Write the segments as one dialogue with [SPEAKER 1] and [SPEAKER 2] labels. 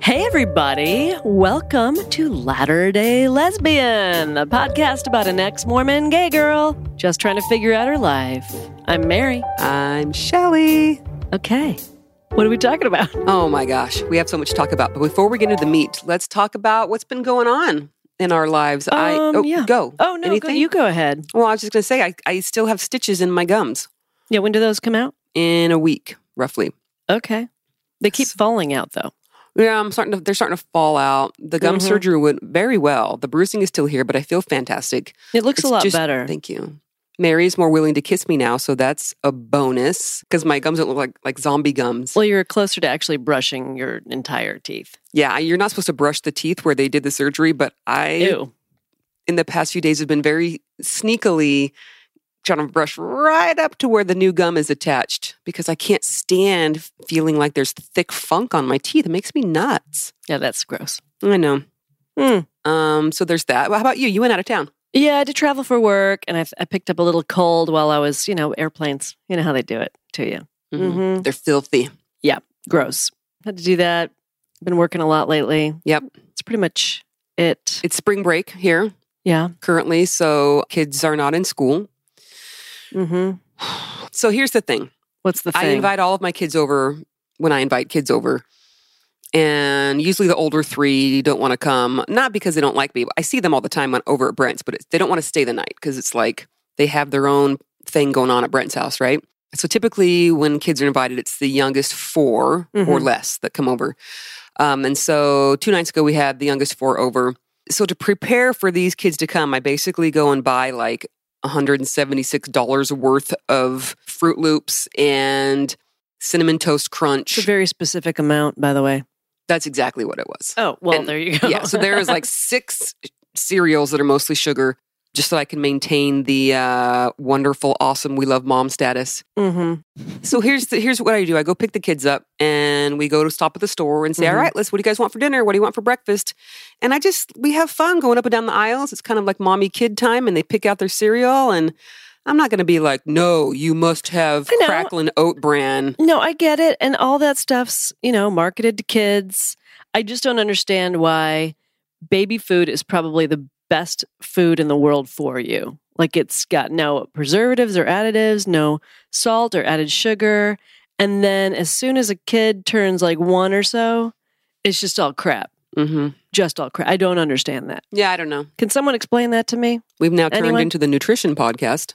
[SPEAKER 1] Hey, everybody. Welcome to Latter day Lesbian, a podcast about an ex Mormon gay girl just trying to figure out her life. I'm Mary.
[SPEAKER 2] I'm Shelly.
[SPEAKER 1] Okay. What are we talking about?
[SPEAKER 2] Oh my gosh, we have so much to talk about. But before we get into the meat, let's talk about what's been going on in our lives. I
[SPEAKER 1] Um,
[SPEAKER 2] oh,
[SPEAKER 1] yeah.
[SPEAKER 2] go.
[SPEAKER 1] Oh, no. Go,
[SPEAKER 2] Anything?
[SPEAKER 1] you go ahead.
[SPEAKER 2] Well, I was just going to say I, I still have stitches in my gums
[SPEAKER 1] Yeah. When do those come out?
[SPEAKER 2] in a week roughly.
[SPEAKER 1] Okay. They keep falling out, though.
[SPEAKER 2] Yeah, I'm starting to they're starting to fall out. The gum
[SPEAKER 1] Mhm.
[SPEAKER 2] surgery went very well. The bruising is still here, but I feel fantastic.
[SPEAKER 1] It looks
[SPEAKER 2] It's
[SPEAKER 1] a lot
[SPEAKER 2] just-
[SPEAKER 1] better.
[SPEAKER 2] Thank you. Mary's more willing to kiss me now, so that's a bonus because my gums don't look like like zombie gums.
[SPEAKER 1] well, you're closer to actually brushing your entire teeth.
[SPEAKER 2] Yeah, you're not supposed to brush the teeth where they did the surgery, but I
[SPEAKER 1] Ew.
[SPEAKER 2] in the past few days have been very sneakily trying to brush right up to where the new gum is attached because I can't stand feeling like there's thick funk on my teeth. It makes me nuts.
[SPEAKER 1] Yeah, that's gross.
[SPEAKER 2] I know.
[SPEAKER 1] Hmm.
[SPEAKER 2] Um, so there's that. Well, how about you? You went out of town.
[SPEAKER 1] Yeah, I did travel for work, and I, I picked up a little cold while I was, you know, airplanes. You know how they do it to you.
[SPEAKER 2] Mhm.
[SPEAKER 1] hmm
[SPEAKER 2] They're filthy.
[SPEAKER 1] Gross. Had to do that. Been working a lot lately.
[SPEAKER 2] Yep.
[SPEAKER 1] It's pretty much it.
[SPEAKER 2] It's spring break here
[SPEAKER 1] Yeah.
[SPEAKER 2] currently, so kids are not in school.
[SPEAKER 1] Mm-hmm.
[SPEAKER 2] So here's the thing.
[SPEAKER 1] What's the thing?
[SPEAKER 2] I invite all of my kids over when I invite kids over. And usually the older three don't want to come, not because they don't like me. I see them all the time on, over at Brent's, but it's, they don't want to stay the night because it's like they have their own thing going on at Brent's house, right? So typically when kids are invited, it's the youngest 4 or
[SPEAKER 1] Mhm.
[SPEAKER 2] less that come over. Um, and so two nights ago, we had the youngest four over. So to prepare for these kids to come, I basically go and buy like $176 worth of Fruit Loops and Cinnamon Toast Crunch.
[SPEAKER 1] it's a very specific amount, by the way.
[SPEAKER 2] That's exactly what it was.
[SPEAKER 1] Oh, well,
[SPEAKER 2] And-
[SPEAKER 1] there you go.
[SPEAKER 2] yeah. So there is like six cereals that are mostly sugar just so I can maintain the uh, wonderful, awesome, we love mom status.
[SPEAKER 1] hmm
[SPEAKER 2] So here's the, here's what I do. I go pick the kids up and we go to stop at the store and say, "All
[SPEAKER 1] Mhm.
[SPEAKER 2] right, let's what do you guys want for dinner? What do you want for breakfast?" And I just we have fun going up and down the aisles. It's kind of like mommy kid time and they pick out their cereal and I'm not going to be like, "No, you must have
[SPEAKER 1] I know.
[SPEAKER 2] Cracklin oat bran."
[SPEAKER 1] No, I get it. And all that stuff's, you know, marketed to kids. I just don't understand why baby food is probably the best food in the world for you. Like it's got no preservatives or additives, no salt or added sugar. And then as soon as a kid turns like one or so, it's just all crap.
[SPEAKER 2] hmm
[SPEAKER 1] Just all crap. I don't understand that.
[SPEAKER 2] Yeah, I don't know.
[SPEAKER 1] Can someone explain that to me?
[SPEAKER 2] We've now turned
[SPEAKER 1] Anyone?
[SPEAKER 2] into the nutrition podcast.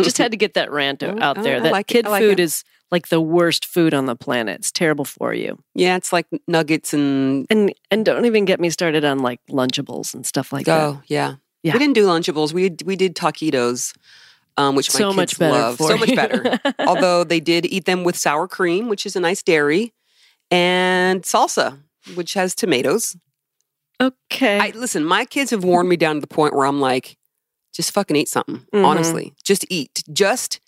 [SPEAKER 1] just had to get that rant
[SPEAKER 2] Oh,
[SPEAKER 1] out
[SPEAKER 2] oh,
[SPEAKER 1] there
[SPEAKER 2] I
[SPEAKER 1] that
[SPEAKER 2] like it.
[SPEAKER 1] kid
[SPEAKER 2] I like
[SPEAKER 1] food
[SPEAKER 2] it.
[SPEAKER 1] is like the worst food on the planet. It's terrible for you.
[SPEAKER 2] yeah, it's like nuggets and
[SPEAKER 1] And and don't even get me started on like Lunchables and stuff like that.
[SPEAKER 2] Oh yeah.
[SPEAKER 1] Yeah.
[SPEAKER 2] We didn't do Lunchables. We we did taquitos, um, which my
[SPEAKER 1] so
[SPEAKER 2] kids
[SPEAKER 1] much better.
[SPEAKER 2] love.
[SPEAKER 1] For
[SPEAKER 2] so much
[SPEAKER 1] you.
[SPEAKER 2] better. Although they did eat them with sour cream, which is a nice dairy, and salsa, which has tomatoes.
[SPEAKER 1] okay.
[SPEAKER 2] I listen. My kids have worn me down to the point where I'm like, just fucking eat something.
[SPEAKER 1] Mhm.
[SPEAKER 2] Honestly, just eat. Just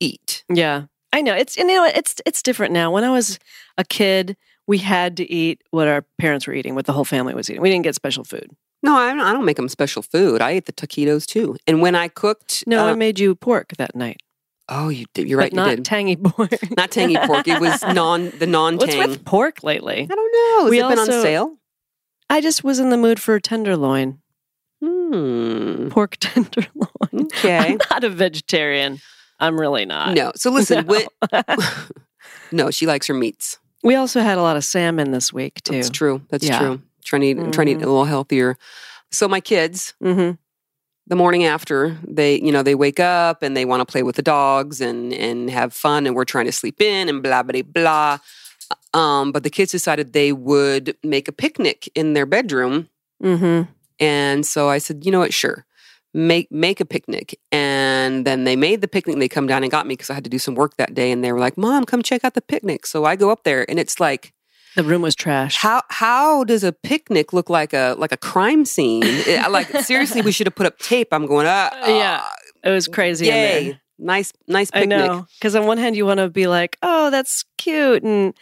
[SPEAKER 2] eat.
[SPEAKER 1] yeah. I know. It's you know it's it's different now. When I was a kid, we had to eat what our parents were eating, what the whole family was eating. We dn't get special food.
[SPEAKER 2] No, I don't, I don't make them special food. I ate the taquitos too. And when I cooked,
[SPEAKER 1] No, I
[SPEAKER 2] uh,
[SPEAKER 1] made you pork that night.
[SPEAKER 2] oh, you did. You're right.
[SPEAKER 1] but not
[SPEAKER 2] you did.
[SPEAKER 1] tangy pork.
[SPEAKER 2] not tangy pork. It was non the non
[SPEAKER 1] What's
[SPEAKER 2] tang.
[SPEAKER 1] with pork lately?
[SPEAKER 2] I don't know. Has
[SPEAKER 1] We
[SPEAKER 2] it been
[SPEAKER 1] also-
[SPEAKER 2] on sale?
[SPEAKER 1] I just was in the mood for tenderloin.
[SPEAKER 2] Hmm.
[SPEAKER 1] Pork tenderloin.
[SPEAKER 2] Okay.
[SPEAKER 1] I'm not a vegetarian. I'm really not.
[SPEAKER 2] no. So listen,
[SPEAKER 1] No.
[SPEAKER 2] when- no, she likes her meats.
[SPEAKER 1] we also had a lot of salmon this week too.
[SPEAKER 2] That's true. That's
[SPEAKER 1] Yeah.
[SPEAKER 2] true. Trying to eat, trying to eat a little healthier. So my kids,
[SPEAKER 1] Mm-hmm.
[SPEAKER 2] the morning after, they you know they wake up and they want to play with the dogs and and have fun, and we're trying to sleep in and blah blah blah. Um, but the kids decided they would make a picnic in their bedroom
[SPEAKER 1] Mm-hmm.
[SPEAKER 2] And so I said, you know what, sure. Make make a picnic. And then they made the picnic. They come down and got me because I had to do some work that day. And they were like, Mom, come check out the picnic. So I go up there and it's like,
[SPEAKER 1] The room was trash.
[SPEAKER 2] how how does a picnic look like a like a crime scene? It- I like seriously, we should have put up tape. I'm going, uh, oh,
[SPEAKER 1] Yeah, It was crazy. in there.
[SPEAKER 2] Yay. Nice, nice
[SPEAKER 1] I
[SPEAKER 2] picnic.
[SPEAKER 1] know. Because on one hand, you want to be like, oh, that's cute. And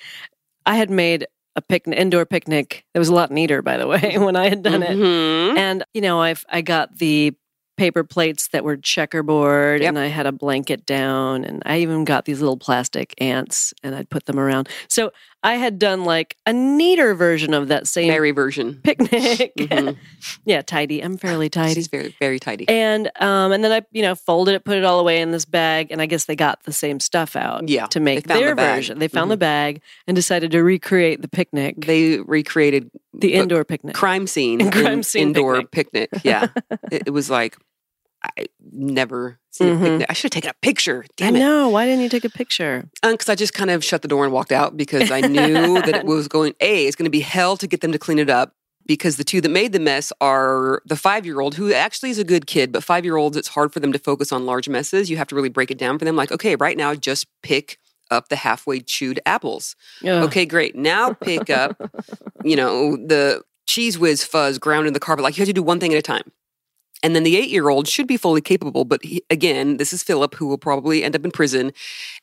[SPEAKER 1] I had made a picnic, indoor picnic. There was a lot neater, by the way, when I had done it.
[SPEAKER 2] Mhm.
[SPEAKER 1] And, you know, I've, I got the paper plates that were checkerboard
[SPEAKER 2] Yep.
[SPEAKER 1] and I had a blanket down and I even got these little plastic ants and I'd put them around. So I had done like a neater version of that same
[SPEAKER 2] Very version.
[SPEAKER 1] picnic.
[SPEAKER 2] Mhm.
[SPEAKER 1] yeah, tidy. I'm fairly tidy.
[SPEAKER 2] She's very, very tidy.
[SPEAKER 1] And um and then I, you know, folded it, put it all away in this bag, and I guess they got the same stuff out
[SPEAKER 2] Yeah,
[SPEAKER 1] to make
[SPEAKER 2] found the
[SPEAKER 1] their
[SPEAKER 2] bag. Mm-hmm.
[SPEAKER 1] version. They found the bag and decided to recreate the picnic,
[SPEAKER 2] They recreated
[SPEAKER 1] the
[SPEAKER 2] uh,
[SPEAKER 1] indoor picnic.
[SPEAKER 2] crime scene,
[SPEAKER 1] And crime
[SPEAKER 2] in-
[SPEAKER 1] scene
[SPEAKER 2] indoor picnic. Yeah, it, it was like I never seen
[SPEAKER 1] Mhm.
[SPEAKER 2] a picnic. I should have taken a picture. Damn
[SPEAKER 1] I
[SPEAKER 2] it,
[SPEAKER 1] know. Why didn't you take a picture?
[SPEAKER 2] because Uh, I just kind of shut the door and walked out because I knew that it was going. A, it's going to be hell to get them to clean it up because the two that made the mess are the five-year-old who actually is a good kid, but five-year-olds it's hard for them to focus on large messes. You have to really break it down for them. Like, okay, right now, just pick up the halfway chewed apples.
[SPEAKER 1] Ugh.
[SPEAKER 2] Okay, great. Now pick up, you know, the cheese whiz fuzz ground in the carpet. Like you have to do one thing at a time. And then the eight year old should be fully capable. But he, again, this is Philip, who will probably end up in prison.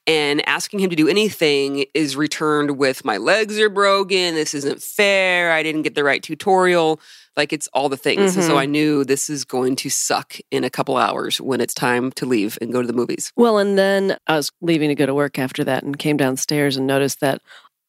[SPEAKER 2] And asking him to do anything is returned with my legs are broken. This isn't fair. I didn't get the right tutorial. Like it's all the things. And so
[SPEAKER 1] Mhm.
[SPEAKER 2] I knew this is going to suck in a couple hours when it's time to leave and go to the movies.
[SPEAKER 1] Well, and then I was leaving to go to work after that and came downstairs and noticed that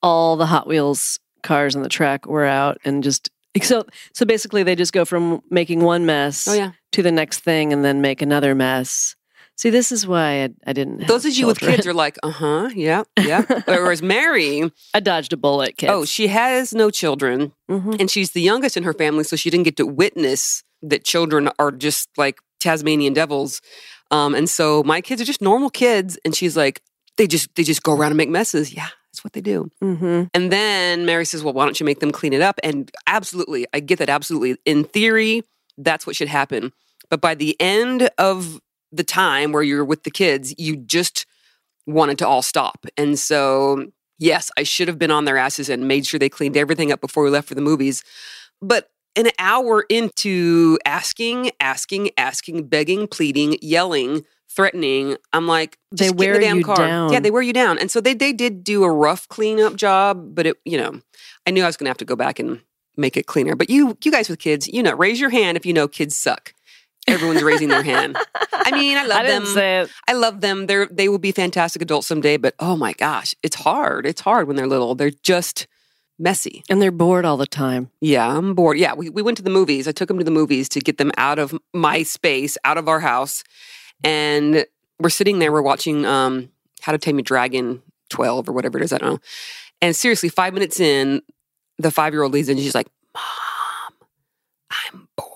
[SPEAKER 1] all the Hot Wheels cars on the track were out and just so so basically they just go from making one mess
[SPEAKER 2] Oh, yeah.
[SPEAKER 1] to the next thing and then make another mess. See, this is why I, I didn't. Have
[SPEAKER 2] Those of you with
[SPEAKER 1] children.
[SPEAKER 2] kids are like, uh huh, yeah, yeah. Whereas Mary,
[SPEAKER 1] I dodged a bullet, kids.
[SPEAKER 2] Oh, mm-hmm, she has no children,
[SPEAKER 1] Mhm.
[SPEAKER 2] and she's the youngest in her family, so she didn't get to witness that children are just like Tasmanian devils. Um, and so my kids are just normal kids, and she's like, they just they just go around and make messes. Yeah, that's what they do.
[SPEAKER 1] Mhm.
[SPEAKER 2] And then Mary says, well, why don't you make them clean it up? And absolutely, I get that. Absolutely, in theory, that's what should happen. But by the end of the time where you're with the kids, you just want it to all stop. And so, yes, I should have been on their asses and made sure they cleaned everything up before we left for the movies. But an hour into asking, asking, asking, begging, pleading, yelling, threatening, I'm like,
[SPEAKER 1] They
[SPEAKER 2] just get in
[SPEAKER 1] wear
[SPEAKER 2] the damn
[SPEAKER 1] you
[SPEAKER 2] car.
[SPEAKER 1] down.
[SPEAKER 2] Yeah, they wear you down. And so they they did do a rough cleanup job, but it you know, I knew I was going to have to go back and make it cleaner. But you you guys with kids, you know, raise your hand if you know kids suck. Everyone's raising their hand. I mean, I love
[SPEAKER 1] I didn't
[SPEAKER 2] them.
[SPEAKER 1] say it.
[SPEAKER 2] I love them. They're they will be fantastic adults someday, but oh my gosh, it's hard. It's hard when they're little. They're just messy.
[SPEAKER 1] And they're bored all the time.
[SPEAKER 2] Yeah, I'm bored. Yeah, we, we went to the movies. I took them to the movies to get them out of my space, out of our house. And we're sitting there, we're watching um How to Tame a Dragon 12 or whatever it is, I don't know. And seriously, five minutes in, the five year old leads in and she's like, Mom, I'm bored.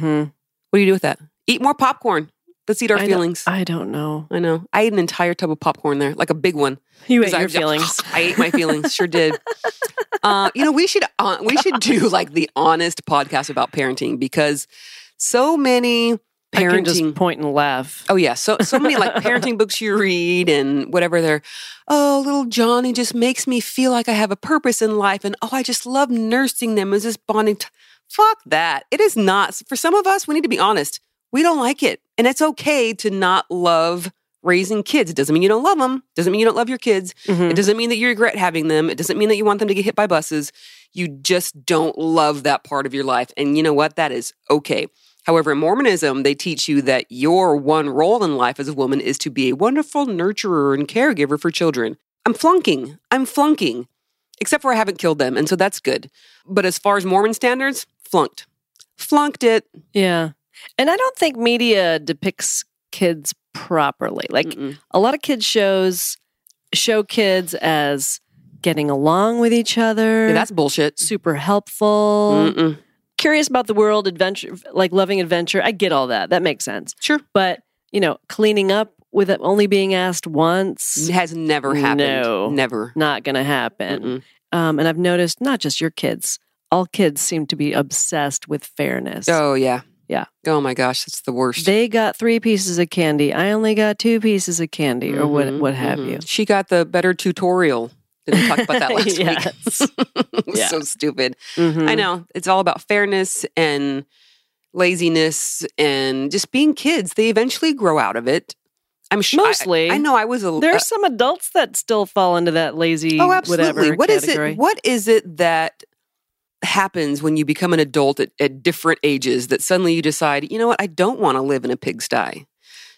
[SPEAKER 1] hmm
[SPEAKER 2] Mm-hmm. What do you do with that? Eat more popcorn. Let's eat our
[SPEAKER 1] I know.
[SPEAKER 2] feelings.
[SPEAKER 1] I don't know.
[SPEAKER 2] I know. I ate an entire tub of popcorn there, like a big one.
[SPEAKER 1] You ate
[SPEAKER 2] 'Cause I
[SPEAKER 1] your
[SPEAKER 2] was like,
[SPEAKER 1] feelings.
[SPEAKER 2] I ate my feelings. Sure did. Uh, you know, we should uh, we should do like the honest podcast about parenting because so many
[SPEAKER 1] I can just
[SPEAKER 2] parenting.
[SPEAKER 1] point and laugh.
[SPEAKER 2] Oh yeah, so so many like parenting books you read and whatever they're. Oh, little Johnny just makes me feel like I have a purpose in life, and oh, I just love nursing them as this bonding. T- Fuck that! It is not for some of us. We need to be honest. We don't like it, and it's okay to not love raising kids. It doesn't mean you don't love them. Doesn't mean you don't love your kids.
[SPEAKER 1] Mhm.
[SPEAKER 2] It doesn't mean that you regret having them. It doesn't mean that you want them to get hit by buses. You just don't love that part of your life. And you know what? That is okay. However, in Mormonism, they teach you that your one role in life as a woman is to be a wonderful nurturer and caregiver for children. I'm flunking. I'm flunking. Except for I haven't killed them. And so that's good. But as far as Mormon standards, flunked. Flunked it.
[SPEAKER 1] Yeah. And I don't think media depicts kids properly. Like
[SPEAKER 2] Mm-mm.
[SPEAKER 1] a lot of kids shows show kids as getting along with each other.
[SPEAKER 2] Yeah, that's Mm. bullshit.
[SPEAKER 1] super helpful.
[SPEAKER 2] Mm-mm.
[SPEAKER 1] Curious about the world, adventure like loving adventure. I get all that. That makes sense.
[SPEAKER 2] Sure.
[SPEAKER 1] But, you know, cleaning up with it only being asked once,
[SPEAKER 2] Has never happened.
[SPEAKER 1] No.
[SPEAKER 2] Never.
[SPEAKER 1] not going to happen.
[SPEAKER 2] Mm-mm.
[SPEAKER 1] Um, and I've noticed not just your kids, all kids seem to be obsessed with fairness.
[SPEAKER 2] Oh, yeah.
[SPEAKER 1] Yeah.
[SPEAKER 2] Oh, my gosh. That's the worst.
[SPEAKER 1] They got three pieces of candy. I only got two pieces of candy, or what,
[SPEAKER 2] Mhm,
[SPEAKER 1] what have
[SPEAKER 2] mhm.
[SPEAKER 1] you.
[SPEAKER 2] She got the better tutorial. Didn't we talk about that last week?
[SPEAKER 1] Yes.
[SPEAKER 2] it was
[SPEAKER 1] Yeah.
[SPEAKER 2] so stupid.
[SPEAKER 1] Mhm.
[SPEAKER 2] I know. It's all about fairness and laziness and just being kids. They eventually grow out of it. I'm sure. I-
[SPEAKER 1] Mostly.
[SPEAKER 2] I, know I was a little.
[SPEAKER 1] There are some adults that still fall into that lazy
[SPEAKER 2] oh, absolutely.
[SPEAKER 1] whatever
[SPEAKER 2] What is
[SPEAKER 1] category.
[SPEAKER 2] it? What is it that happens when you become an adult at, at different ages that suddenly you decide, you know what, I don't want to live in a pigsty.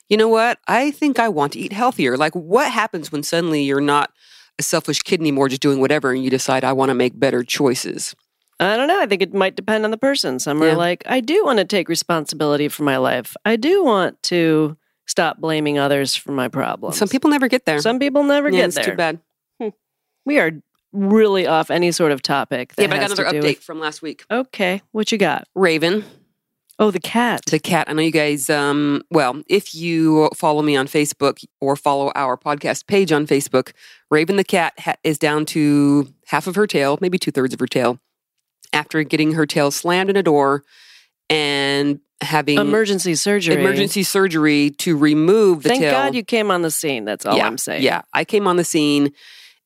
[SPEAKER 2] You know what, I think I want to eat healthier. Like, what happens when suddenly you're not a selfish kid anymore, just doing whatever, and you decide, I want to make better choices?
[SPEAKER 1] I don't know. I think it might depend on the person. Some are
[SPEAKER 2] Yeah.
[SPEAKER 1] like, I do want to take responsibility for my life. I do want to stop blaming others for my problems.
[SPEAKER 2] Some people never get there.
[SPEAKER 1] some people never
[SPEAKER 2] yeah,
[SPEAKER 1] get
[SPEAKER 2] it's
[SPEAKER 1] there.
[SPEAKER 2] too bad.
[SPEAKER 1] We are really off any sort of topic. That
[SPEAKER 2] Yeah, but I got
[SPEAKER 1] has to
[SPEAKER 2] another update
[SPEAKER 1] do with-
[SPEAKER 2] from last week.
[SPEAKER 1] okay, what you got?
[SPEAKER 2] Raven,
[SPEAKER 1] Oh, the cat.
[SPEAKER 2] the cat. I know you guys. Um, well, if you follow me on Facebook or follow our podcast page on Facebook, Raven the cat ha- is down to half of her tail, maybe two thirds of her tail, after getting her tail slammed in a door and having
[SPEAKER 1] Emergency surgery.
[SPEAKER 2] emergency surgery to remove the
[SPEAKER 1] Thank
[SPEAKER 2] tail.
[SPEAKER 1] God you came on the scene. That's all I'm saying.
[SPEAKER 2] Yeah, I came on the scene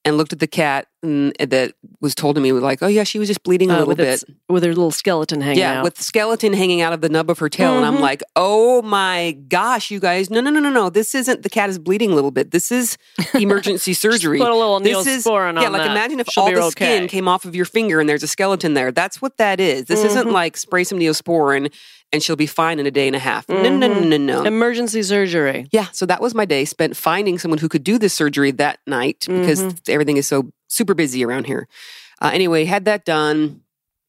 [SPEAKER 2] and looked at the cat and that was told to me like, oh yeah, she was just bleeding a
[SPEAKER 1] Uh,
[SPEAKER 2] little
[SPEAKER 1] with
[SPEAKER 2] bit.
[SPEAKER 1] its- with her little skeleton hanging
[SPEAKER 2] yeah,
[SPEAKER 1] out.
[SPEAKER 2] with skeleton hanging out of the nub of her tail, and
[SPEAKER 1] Mhm.
[SPEAKER 2] I'm like, oh my gosh, you guys, no, no, no, no, no, this isn't. The cat is bleeding a little bit. This is emergency
[SPEAKER 1] Just
[SPEAKER 2] surgery.
[SPEAKER 1] Put a little
[SPEAKER 2] This is-
[SPEAKER 1] neosporin on
[SPEAKER 2] yeah, like
[SPEAKER 1] that.
[SPEAKER 2] imagine if
[SPEAKER 1] She'll
[SPEAKER 2] all
[SPEAKER 1] be
[SPEAKER 2] the
[SPEAKER 1] okay.
[SPEAKER 2] skin came off of your finger and there's a skeleton there. That's what that is. This isn't
[SPEAKER 1] Mhm.
[SPEAKER 2] like spray some neosporin and she'll be fine in a day and a half. No, No, no,
[SPEAKER 1] Mhm.
[SPEAKER 2] no, no, no.
[SPEAKER 1] Emergency surgery.
[SPEAKER 2] Yeah, so that was my day spent finding someone who could do this surgery that night because
[SPEAKER 1] Mm-hmm.
[SPEAKER 2] everything is so super busy around here. Uh, anyway, had that done.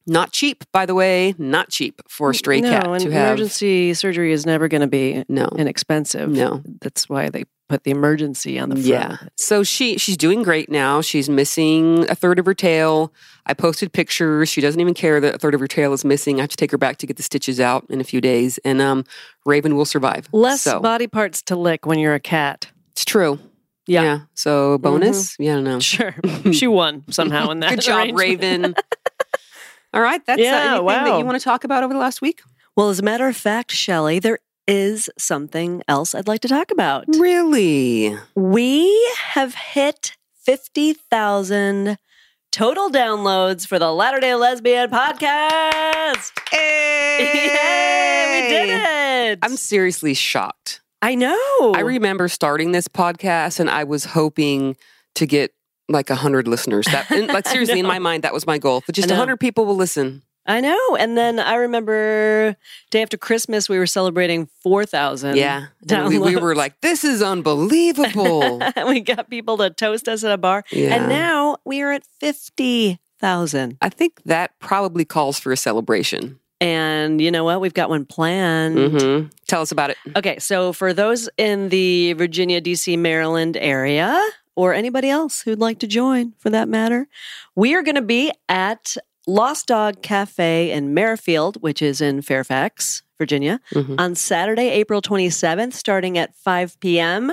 [SPEAKER 2] Not cheap, by the way. Not cheap for a stray
[SPEAKER 1] no,
[SPEAKER 2] cat
[SPEAKER 1] an
[SPEAKER 2] to have.
[SPEAKER 1] emergency surgery is never going to be
[SPEAKER 2] No,
[SPEAKER 1] inexpensive.
[SPEAKER 2] no.
[SPEAKER 1] That's why they put the emergency on the front.
[SPEAKER 2] Yeah. So she she's doing great now. She's missing a third of her tail. I posted pictures. She doesn't even care that a third of her tail is missing. I have to take her back to get the stitches out in a few days, and um, Raven will survive.
[SPEAKER 1] Less
[SPEAKER 2] so,
[SPEAKER 1] body parts to lick when you're a cat.
[SPEAKER 2] it's true.
[SPEAKER 1] Yeah. Mm-hmm.
[SPEAKER 2] So bonus. Yeah, I don't know.
[SPEAKER 1] Sure. she won somehow in that.
[SPEAKER 2] Good job,
[SPEAKER 1] arrangement.
[SPEAKER 2] Raven. All right, that's
[SPEAKER 1] Yeah,
[SPEAKER 2] uh, anything that
[SPEAKER 1] wow.
[SPEAKER 2] you want to talk about over the last week.
[SPEAKER 1] Well, as a matter of fact, Shelley, there is something else I'd like to talk about.
[SPEAKER 2] Mm. Really?
[SPEAKER 1] We have hit 50,000 total downloads for the Latter day Lesbian podcast. Yay, we did it.
[SPEAKER 2] I'm seriously shocked.
[SPEAKER 1] I know.
[SPEAKER 2] I remember starting this podcast, and I was hoping to get like hundred listeners. That, and, like
[SPEAKER 1] I
[SPEAKER 2] seriously, in
[SPEAKER 1] know.
[SPEAKER 2] my mind, that was my goal. But just
[SPEAKER 1] I know.
[SPEAKER 2] hundred people will listen.
[SPEAKER 1] I know. And then I remember day after Christmas, we were celebrating 4,000.
[SPEAKER 2] yeah, And we, we were
[SPEAKER 1] downloads.
[SPEAKER 2] like, "This is unbelievable."
[SPEAKER 1] we got people to toast us at a bar.
[SPEAKER 2] yeah,
[SPEAKER 1] And now we are at 50,000.
[SPEAKER 2] I think that probably calls for a celebration.
[SPEAKER 1] And you know what? We've got one planned.
[SPEAKER 2] hmm Tell us about it.
[SPEAKER 1] Okay, so for those in the Virginia, DC, Maryland area, or anybody else who'd like to join for that matter, we are going to be at Lost Dog Cafe in Merrifield, which is in Fairfax, Virginia,
[SPEAKER 2] Mhm.
[SPEAKER 1] on Saturday, April 27th, starting at 5 p.m. And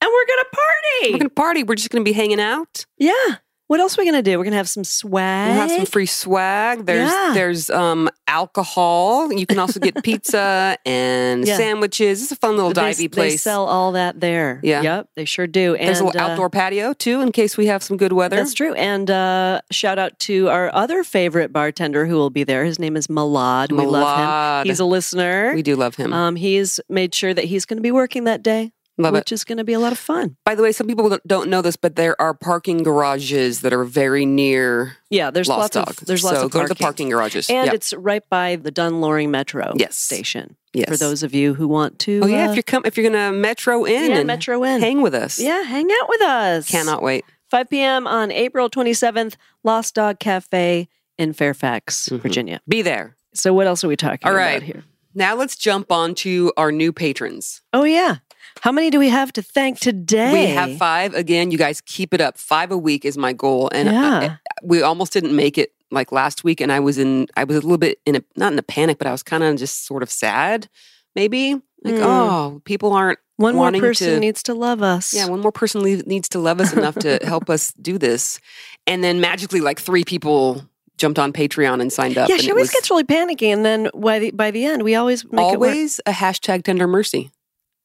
[SPEAKER 1] we're going to party.
[SPEAKER 2] We're gonna party. We're just gonna be hanging out.
[SPEAKER 1] yeah. What else are we going to do? We're going to have some swag.
[SPEAKER 2] We'll have some free swag. There's
[SPEAKER 1] Yeah.
[SPEAKER 2] there's um alcohol. You can also get pizza and
[SPEAKER 1] Yeah.
[SPEAKER 2] sandwiches. It's a fun little
[SPEAKER 1] They-
[SPEAKER 2] divey place.
[SPEAKER 1] They sell all that there.
[SPEAKER 2] Yeah.
[SPEAKER 1] Yep, they sure do.
[SPEAKER 2] there's a
[SPEAKER 1] And,
[SPEAKER 2] little
[SPEAKER 1] uh,
[SPEAKER 2] outdoor patio too, in case we have some good weather.
[SPEAKER 1] That's true. And uh, shout out to our other favorite bartender who will be there. His name is Malad. We love him.
[SPEAKER 2] Malad.
[SPEAKER 1] He's a listener.
[SPEAKER 2] we do love him.
[SPEAKER 1] Um, he's made sure that he's going to be working that day,
[SPEAKER 2] love it.
[SPEAKER 1] which is going to be a lot of fun.
[SPEAKER 2] By the way, some people don't- don't know this, but there are parking garages that are very near
[SPEAKER 1] Yeah, there's
[SPEAKER 2] Lost
[SPEAKER 1] lots
[SPEAKER 2] Dog.
[SPEAKER 1] of there's lots
[SPEAKER 2] so
[SPEAKER 1] of
[SPEAKER 2] go
[SPEAKER 1] parking.
[SPEAKER 2] to the parking garages.
[SPEAKER 1] and
[SPEAKER 2] Yep.
[SPEAKER 1] it's right by the Dunloring Metro
[SPEAKER 2] Yes.
[SPEAKER 1] station
[SPEAKER 2] yes.
[SPEAKER 1] for those of you who want to.
[SPEAKER 2] Oh yeah,
[SPEAKER 1] uh,
[SPEAKER 2] if you're come, if you're gonna metro in
[SPEAKER 1] yeah,
[SPEAKER 2] and
[SPEAKER 1] Metro in.
[SPEAKER 2] hang with us.
[SPEAKER 1] yeah, hang out with us.
[SPEAKER 2] Cannot wait.
[SPEAKER 1] 5 p.m. on April 27th, Lost Dog Cafe in Fairfax,
[SPEAKER 2] Mhm.
[SPEAKER 1] Virginia.
[SPEAKER 2] Be there.
[SPEAKER 1] So what else are we talking
[SPEAKER 2] All right.
[SPEAKER 1] about here?
[SPEAKER 2] Now let's jump on to our new patrons.
[SPEAKER 1] Oh yeah. How many do we have to thank today?
[SPEAKER 2] We have five again. You guys keep it up. Five a week is my goal, and I-
[SPEAKER 1] Yeah.
[SPEAKER 2] we almost didn't make it like last week. And I was in, I was a little bit in a not in a panic, but I was kind of just sort of sad, maybe. Like,
[SPEAKER 1] Mm.
[SPEAKER 2] oh, people aren't.
[SPEAKER 1] One more
[SPEAKER 2] wanting
[SPEAKER 1] person
[SPEAKER 2] to-
[SPEAKER 1] needs to love us.
[SPEAKER 2] Yeah, one more person le- needs to love us enough to help us do this. And then magically, like three people jumped on Patreon and signed up.
[SPEAKER 1] yeah.
[SPEAKER 2] and
[SPEAKER 1] She
[SPEAKER 2] it
[SPEAKER 1] always
[SPEAKER 2] was
[SPEAKER 1] gets really panicky, and then by the by the end, we always make
[SPEAKER 2] always a hashtag tender mercy.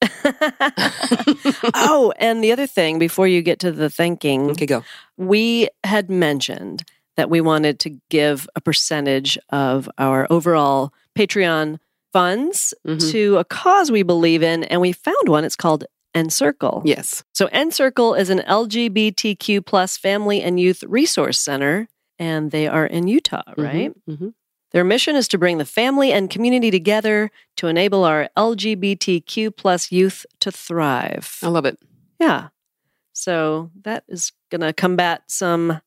[SPEAKER 1] it work. oh, and the other thing before you get to the thanking,
[SPEAKER 2] Okay, go.
[SPEAKER 1] we had mentioned that we wanted to give a percentage of our overall Patreon funds
[SPEAKER 2] Mhm.
[SPEAKER 1] to a cause we believe in, and we found one. It's called Encircle.
[SPEAKER 2] Yes.
[SPEAKER 1] So N Circle is an LGBTQ plus family and youth resource center and they are in Utah,
[SPEAKER 2] Mhm,
[SPEAKER 1] right?
[SPEAKER 2] mhm.
[SPEAKER 1] Their mission is to bring the family and community together to enable our LGBTQ plus youth to thrive.
[SPEAKER 2] I love it.
[SPEAKER 1] Yeah. So that is going to combat some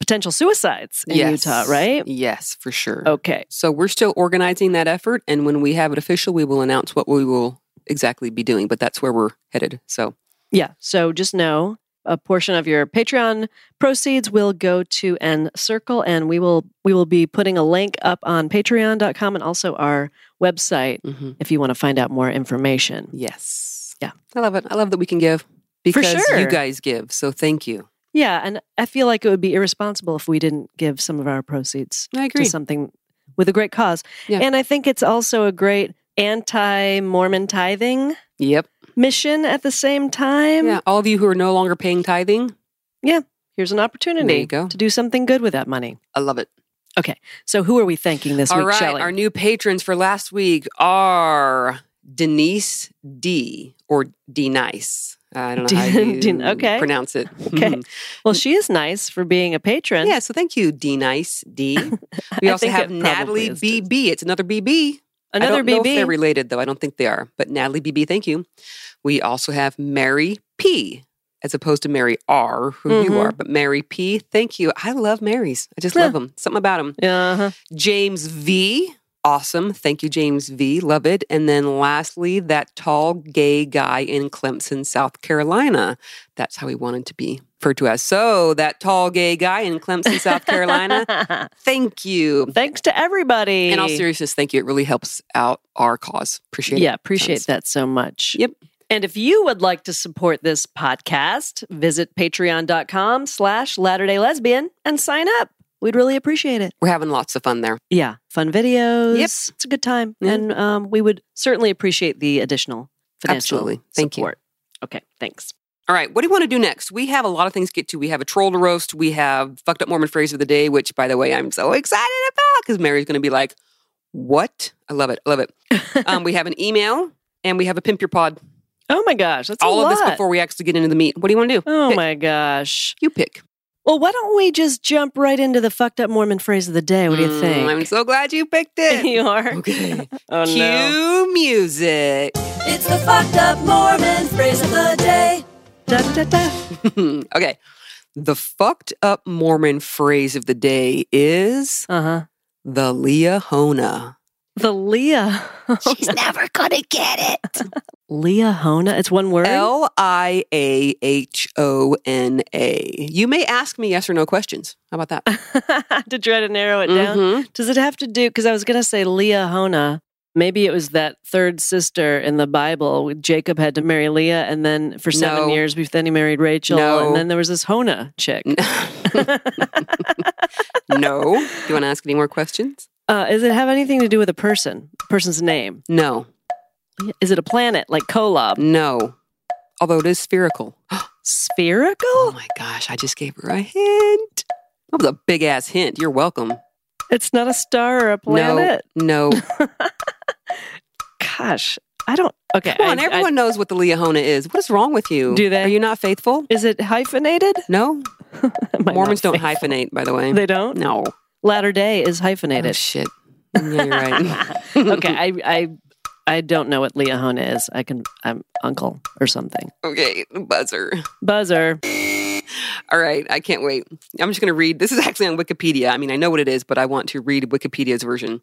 [SPEAKER 1] potential suicides in
[SPEAKER 2] Yes.
[SPEAKER 1] Utah, right?
[SPEAKER 2] Yes, for sure.
[SPEAKER 1] Okay.
[SPEAKER 2] So we're still organizing that effort, and when we have it official, we will announce what we will exactly be doing. But that's where we're headed. So
[SPEAKER 1] Yeah. So just know a portion of your Patreon proceeds will go to N Circle, and we will we will be putting a link up on Patreon.com and also our website
[SPEAKER 2] mhm.
[SPEAKER 1] if you want to find out more information.
[SPEAKER 2] yes,
[SPEAKER 1] Yeah.
[SPEAKER 2] I love it. I love that we can give because you
[SPEAKER 1] sure.
[SPEAKER 2] guys give. So thank you.
[SPEAKER 1] Yeah, and I feel like it would be irresponsible if we didn't give some of our proceeds
[SPEAKER 2] I agree.
[SPEAKER 1] to something with a great cause.
[SPEAKER 2] Yeah.
[SPEAKER 1] And I think it's also a great anti-Mormon tithing
[SPEAKER 2] Yep.
[SPEAKER 1] mission at the same time.
[SPEAKER 2] Yeah. All of you who are no longer paying tithing,
[SPEAKER 1] Here's an opportunity
[SPEAKER 2] go.
[SPEAKER 1] to do something good with that money.
[SPEAKER 2] I love it.
[SPEAKER 1] So who are we thanking this
[SPEAKER 2] All
[SPEAKER 1] week,
[SPEAKER 2] right.
[SPEAKER 1] Shelley?
[SPEAKER 2] Our new patrons for last week are Denise D or D Nice. I don't know how
[SPEAKER 1] Den-
[SPEAKER 2] you
[SPEAKER 1] Den- okay.
[SPEAKER 2] pronounce it.
[SPEAKER 1] Okay. Well, she is nice for being a patron.
[SPEAKER 2] Yeah, so thank you, D Nice D. We
[SPEAKER 1] I
[SPEAKER 2] also
[SPEAKER 1] think
[SPEAKER 2] have
[SPEAKER 1] it probably
[SPEAKER 2] Natalie
[SPEAKER 1] is
[SPEAKER 2] BB. It's another BB. I
[SPEAKER 1] Another
[SPEAKER 2] don't know if they're
[SPEAKER 1] BB.
[SPEAKER 2] related though. I don't think they are. But Natalie BB, thank you. We also have Mary P. As opposed to Mary R, who you
[SPEAKER 1] Mhm.
[SPEAKER 2] are, but Mary P. Thank you. I love Marys. I just
[SPEAKER 1] Yeah.
[SPEAKER 2] love them. Something about them.
[SPEAKER 1] uh-huh.
[SPEAKER 2] James V. Awesome. Thank you, James V. Love it. And then lastly, that tall gay guy in Clemson, South Carolina. That's how he wanted to be referred to as. So, that tall gay guy in Clemson, South Carolina. Thank you.
[SPEAKER 1] Thanks to everybody.
[SPEAKER 2] In all seriousness, thank you. It really helps out our cause. Appreciate
[SPEAKER 1] yeah,
[SPEAKER 2] it.
[SPEAKER 1] appreciate that so much.
[SPEAKER 2] Yep.
[SPEAKER 1] And if you would like to support this podcast, visit patreon.com slash Latter-day Lesbian and sign up. We'd really appreciate it.
[SPEAKER 2] We're having lots of fun there.
[SPEAKER 1] Yeah. Fun videos.
[SPEAKER 2] Yep. Mm-hmm.
[SPEAKER 1] It's a good time.
[SPEAKER 2] Yeah.
[SPEAKER 1] And um, we would certainly appreciate the additional financial
[SPEAKER 2] Absolutely. Thank you.
[SPEAKER 1] support. Okay. Thanks.
[SPEAKER 2] All right, what do you want to do next? We have a lot of things to get to. We have a troll to roast. We have fucked up Mormon phrase of the day, which, by the way, I'm so excited about because Mary's going to be like, "What?" I love it. I love it. um, we have an email and we have a pimp your pod.
[SPEAKER 1] Oh my gosh. That's
[SPEAKER 2] All
[SPEAKER 1] a lot.
[SPEAKER 2] of this before we actually get into the meat. What do you want to do?
[SPEAKER 1] Oh
[SPEAKER 2] Pick.
[SPEAKER 1] my gosh.
[SPEAKER 2] You pick.
[SPEAKER 1] Well, why don't we just jump right into the fucked up Mormon phrase of the day? What do you
[SPEAKER 2] Mm,
[SPEAKER 1] think?
[SPEAKER 2] I'm so glad you picked it.
[SPEAKER 1] you are?
[SPEAKER 2] okay.
[SPEAKER 1] Oh,
[SPEAKER 2] Cue
[SPEAKER 1] no.
[SPEAKER 2] music.
[SPEAKER 1] It's the fucked up Mormon phrase of the day. Da, da, da, da.
[SPEAKER 2] okay. The fucked up Mormon phrase of the day is
[SPEAKER 1] Uh-huh.
[SPEAKER 2] the Leahona.
[SPEAKER 1] The Leah.
[SPEAKER 2] She's never going to get it.
[SPEAKER 1] Leah Hona? It's one word?
[SPEAKER 2] L I A H O N A. You may ask me yes or no questions. How about that?
[SPEAKER 1] to try to narrow it down.
[SPEAKER 2] Mhm.
[SPEAKER 1] Does it have to do, because I was going to say Leah Hona. Maybe it was that third sister in the Bible. Jacob had to marry Leah, and then for seven
[SPEAKER 2] No.
[SPEAKER 1] years, bef- then he married Rachel,
[SPEAKER 2] No.
[SPEAKER 1] and then there was this Hona chick.
[SPEAKER 2] Mm-hmm. no. Do you want to ask any more questions?
[SPEAKER 1] Uh, does it have anything to do with a person, person's name?
[SPEAKER 2] No.
[SPEAKER 1] Is it a planet like Kolob?
[SPEAKER 2] No. Although it is spherical. Oh
[SPEAKER 1] Spherical?
[SPEAKER 2] my gosh, I just gave her a hint. That was a big ass hint. You're welcome.
[SPEAKER 1] It's not a star or a planet.
[SPEAKER 2] No. no.
[SPEAKER 1] Gosh, I don't. Okay,
[SPEAKER 2] Come on,
[SPEAKER 1] I- I-
[SPEAKER 2] everyone knows what the Leahona is. What is wrong with you?
[SPEAKER 1] Do they?
[SPEAKER 2] Are you not faithful?
[SPEAKER 1] is it hyphenated?
[SPEAKER 2] No.
[SPEAKER 1] Am I not
[SPEAKER 2] Mormons don't
[SPEAKER 1] faithful?
[SPEAKER 2] hyphenate, by the way.
[SPEAKER 1] They don't.
[SPEAKER 2] no.
[SPEAKER 1] Latter Day is
[SPEAKER 2] Oh,
[SPEAKER 1] hyphenated.
[SPEAKER 2] shit. Yeah, you're right.
[SPEAKER 1] okay, I, I I don't know what Leahona is. I can I'm uncle or something.
[SPEAKER 2] okay, buzzer.
[SPEAKER 1] Buzzer.
[SPEAKER 2] All right, I can't wait. I'm just going to read. This is actually on Wikipedia. I mean, I know what it is, but I want to read Wikipedia's version.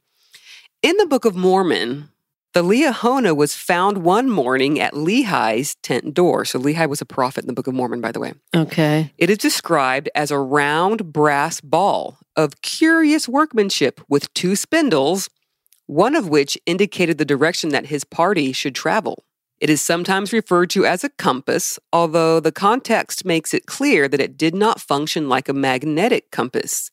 [SPEAKER 2] In the Book of Mormon, the Leahona was found one morning at Lehi's tent door. So Lehi was a prophet in the Book of Mormon, by the way.
[SPEAKER 1] Okay.
[SPEAKER 2] It is described as a round brass ball of curious workmanship with two spindles, one of which indicated the direction that his party should travel. It is sometimes referred to as a compass, although the context makes it clear that it did not function like a magnetic compass.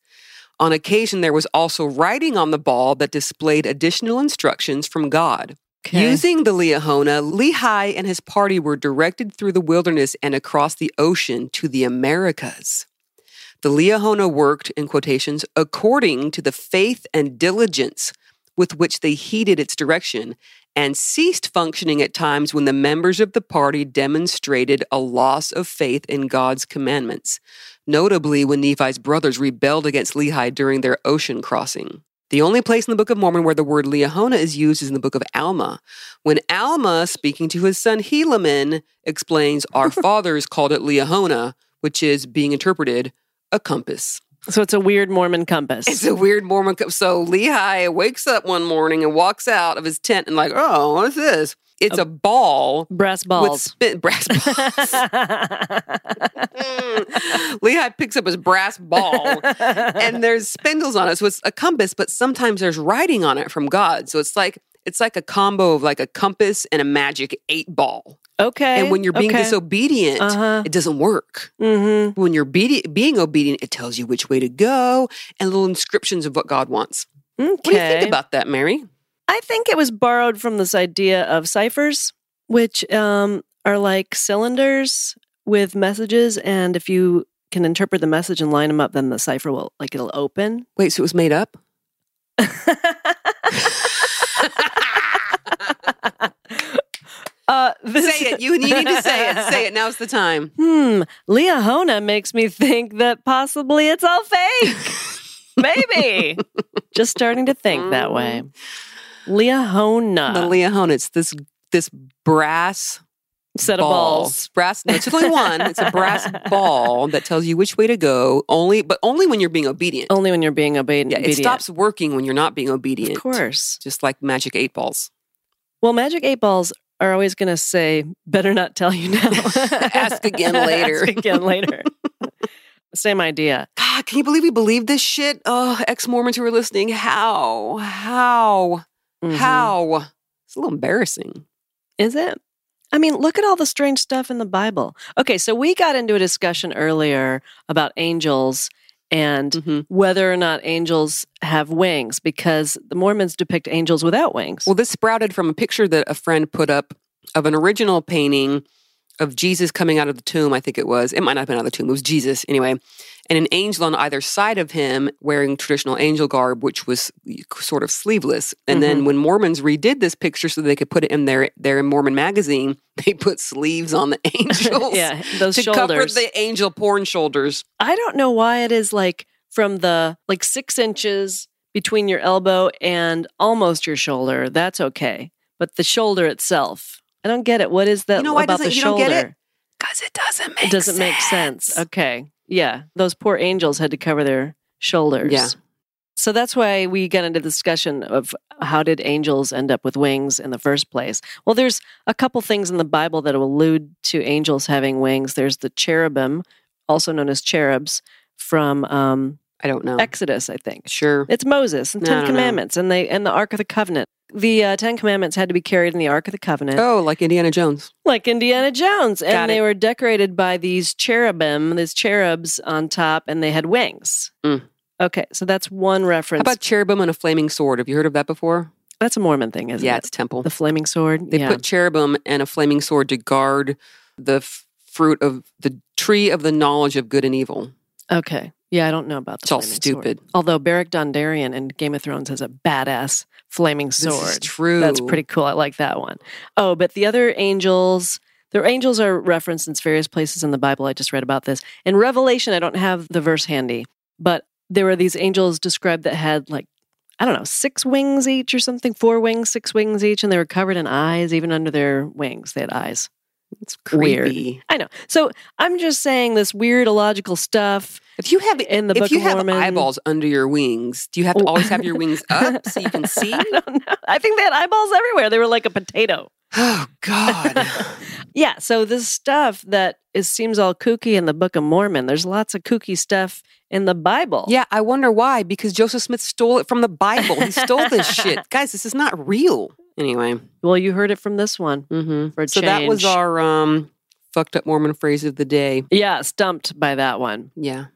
[SPEAKER 2] On occasion, there was also writing on the ball that displayed additional instructions from God.
[SPEAKER 1] Okay.
[SPEAKER 2] Using the Leahona, Lehi and his party were directed through the wilderness and across the ocean to the Americas. The Leahona worked, in quotations, according to the faith and diligence with which they heeded its direction and ceased functioning at times when the members of the party demonstrated a loss of faith in God's commandments. notably when Nephi's brothers rebelled against Lehi during their ocean crossing. The only place in the Book of Mormon where the word Leahona is used is in the Book of Alma, when Alma, speaking to his son Helaman, explains, Our fathers called it Leahona, which is being interpreted a compass.
[SPEAKER 1] So it's a weird Mormon compass.
[SPEAKER 2] It's a weird Mormon. Co- so Lehi wakes up one morning and walks out of his tent and like, oh, what is this? It's a, ball
[SPEAKER 1] Brass
[SPEAKER 2] with
[SPEAKER 1] balls.
[SPEAKER 2] spin brass balls. Lehi picks up his brass ball and there's spindles on it, so it's a compass. But sometimes there's writing on it from God, so it's like it's like a combo of like a compass and a magic eight ball.
[SPEAKER 1] okay.
[SPEAKER 2] And when you're being
[SPEAKER 1] Eh, okay.
[SPEAKER 2] disobedient,
[SPEAKER 1] Uh-huh.
[SPEAKER 2] it doesn't work.
[SPEAKER 1] hmm
[SPEAKER 2] when you're be- being obedient, it tells you which way to go and little inscriptions of what God wants.
[SPEAKER 1] Okay.
[SPEAKER 2] What do you think about that, Mary?
[SPEAKER 1] I think it was borrowed from this idea of ciphers, which um, are like cylinders with messages, and if you can interpret the message and line them up, then the cipher will like it'll open.
[SPEAKER 2] Wait, so it was made up?
[SPEAKER 1] uh, this,
[SPEAKER 2] say it. You, you need to say it. Say it. Now's the time.
[SPEAKER 1] Hmm. Leahona makes me think that possibly it's all fake. Maybe. Just starting to think that way. Leahona.
[SPEAKER 2] Mm-hmm. the
[SPEAKER 1] Uh-huh.
[SPEAKER 2] Leahona. It's this this brass
[SPEAKER 1] set of
[SPEAKER 2] ball.
[SPEAKER 1] balls.
[SPEAKER 2] Brass. No, it's only one. It's a brass ball that tells you which way to go. Only, but only when you're being obedient.
[SPEAKER 1] Only when you're being obe-
[SPEAKER 2] yeah,
[SPEAKER 1] Oh, obedient.
[SPEAKER 2] it stops working when you're not being obedient.
[SPEAKER 1] Of course.
[SPEAKER 2] Just like magic eight balls.
[SPEAKER 1] Well, magic eight balls are always going to say, "Better not tell you now."
[SPEAKER 2] Ask again later.
[SPEAKER 1] Ask again later. Same idea.
[SPEAKER 2] God, can you believe we believe this shit? Oh, ex Mormons who are listening, how? How?
[SPEAKER 1] Mhm.
[SPEAKER 2] How? It's a little embarrassing.
[SPEAKER 1] is it? I mean, look at all the strange stuff in the Bible. Okay, so we got into a discussion earlier about angels and
[SPEAKER 2] Mm-hmm.
[SPEAKER 1] whether or not angels have wings because the Mormons depict angels without wings.
[SPEAKER 2] Well, this sprouted from a picture that a friend put up of an original painting of Jesus coming out of the tomb, I think it was. It might not have been out of the tomb, it was Jesus anyway. And an angel on either side of him wearing traditional angel garb, which was sort of sleeveless. And then when Mormons redid this picture so they could put it in their, their Mormon magazine, they put sleeves on the angels.
[SPEAKER 1] yeah, those
[SPEAKER 2] to
[SPEAKER 1] shoulders.
[SPEAKER 2] cover the angel porn shoulders.
[SPEAKER 1] I don't know why it is like from the like six inches between your elbow and almost your shoulder. That's okay, but the shoulder itself, I don't get it. What is that
[SPEAKER 2] You know why
[SPEAKER 1] about the
[SPEAKER 2] doesn't- you don't
[SPEAKER 1] shoulder?
[SPEAKER 2] get it? Because it doesn't make
[SPEAKER 1] It doesn't make sense. Okay, yeah, those poor angels had to cover their shoulders.
[SPEAKER 2] Yeah.
[SPEAKER 1] So that's why we got into the discussion of how did angels end up with wings in the first place. Well, there's a couple things in the Bible that allude to angels having wings. There's the cherubim, also known as cherubs, from um,
[SPEAKER 2] I don't know.
[SPEAKER 1] Exodus, I think.
[SPEAKER 2] Oh. Sure.
[SPEAKER 1] It's Moses and
[SPEAKER 2] No, I
[SPEAKER 1] Ten
[SPEAKER 2] don't know.
[SPEAKER 1] Commandments, and they and the Ark of the Covenant. The uh, Ten Commandments had to be carried in the Ark of the Covenant,
[SPEAKER 2] Oh, like Indiana Jones.
[SPEAKER 1] like Indiana Jones, and
[SPEAKER 2] Got it.
[SPEAKER 1] they were decorated by these cherubim, these cherubs on top, and they had wings.
[SPEAKER 2] Mm.
[SPEAKER 1] Okay, so that's one
[SPEAKER 2] How
[SPEAKER 1] reference.
[SPEAKER 2] about cherubim and a flaming sword? Have you heard of that before?
[SPEAKER 1] that's a Mormon thing, isn't
[SPEAKER 2] yeah,
[SPEAKER 1] it?
[SPEAKER 2] it's temple.
[SPEAKER 1] The flaming sword.
[SPEAKER 2] they
[SPEAKER 1] yeah.
[SPEAKER 2] put cherubim and a flaming sword to guard the f- fruit of the tree of the knowledge of good and evil.
[SPEAKER 1] okay. Yeah, I don't know about the
[SPEAKER 2] It's all
[SPEAKER 1] flaming sword.
[SPEAKER 2] stupid.
[SPEAKER 1] Although Beric Dondarrion in Game of Thrones has a badass flaming sword.
[SPEAKER 2] This is true.
[SPEAKER 1] That's pretty cool. I like that one. Oh, but the other angels, their angels are referenced in various places in the Bible. I just read about this. In Revelation, I don't have the verse handy, but there were these angels described that had like, I don't know, six wings each or something, four wings, six wings each, and they were covered in eyes, even under their wings. They had eyes.
[SPEAKER 2] It's
[SPEAKER 1] weird.
[SPEAKER 2] creepy.
[SPEAKER 1] I know. So I'm just saying this weird illogical stuff.
[SPEAKER 2] If you have
[SPEAKER 1] In the
[SPEAKER 2] if
[SPEAKER 1] Book
[SPEAKER 2] you
[SPEAKER 1] of
[SPEAKER 2] have
[SPEAKER 1] Mormon-
[SPEAKER 2] eyeballs under your wings, do you have to
[SPEAKER 1] Oh.
[SPEAKER 2] always have your wings up so you can see?
[SPEAKER 1] I don't know. I think they had eyeballs everywhere. They were like a potato.
[SPEAKER 2] Oh God.
[SPEAKER 1] Yeah, so this stuff that is seems all kooky in the Book of Mormon, there's lots of kooky stuff in the Bible.
[SPEAKER 2] Yeah, I wonder why. Because Joseph Smith stole it from the Bible. He stole this shit, guys. This is not real. Anyway,
[SPEAKER 1] Well, you heard it from this one
[SPEAKER 2] hmm
[SPEAKER 1] for a
[SPEAKER 2] so that was
[SPEAKER 1] change.
[SPEAKER 2] our um, fucked up Mormon phrase of the day.
[SPEAKER 1] Yeah, stumped by that one.
[SPEAKER 2] Yeah,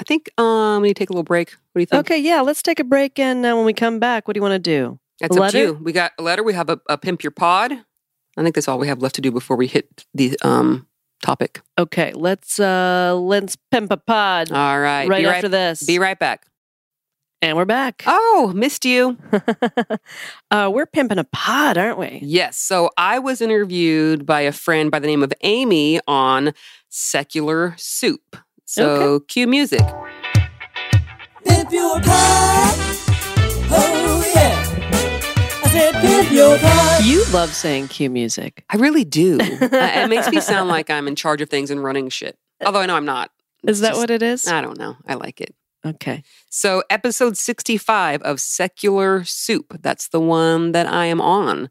[SPEAKER 2] I think um, we need to take a little break. What do you think?
[SPEAKER 1] Okay, yeah, let's take a break and uh, when we come back, what do you want to do?
[SPEAKER 2] That's
[SPEAKER 1] a
[SPEAKER 2] up to
[SPEAKER 1] letter?
[SPEAKER 2] you. We got a letter. We have a, a pimp your pod. I think that's all we have left to do before we hit the um, topic.
[SPEAKER 1] Okay, let's uh let's pimp a pod
[SPEAKER 2] All right,
[SPEAKER 1] right,
[SPEAKER 2] be
[SPEAKER 1] after
[SPEAKER 2] right,
[SPEAKER 1] this.
[SPEAKER 2] Be right back.
[SPEAKER 1] and we're back.
[SPEAKER 2] Oh, missed you.
[SPEAKER 1] uh, we're pimping a pod, aren't we?
[SPEAKER 2] Yes. So I was interviewed by a friend by the name of Amy on Secular Soup. So cue music.
[SPEAKER 3] Pimp your pie. Oh yeah. I said pimp your pie.
[SPEAKER 1] You love saying cue music.
[SPEAKER 2] I really do. Uh, it makes me sound like I'm in charge of things and running shit. Although I know I'm not.
[SPEAKER 1] Is that what it is?
[SPEAKER 2] I don't know. I like it.
[SPEAKER 1] okay.
[SPEAKER 2] So, episode 65 of Secular Soup. That's the one that I am on.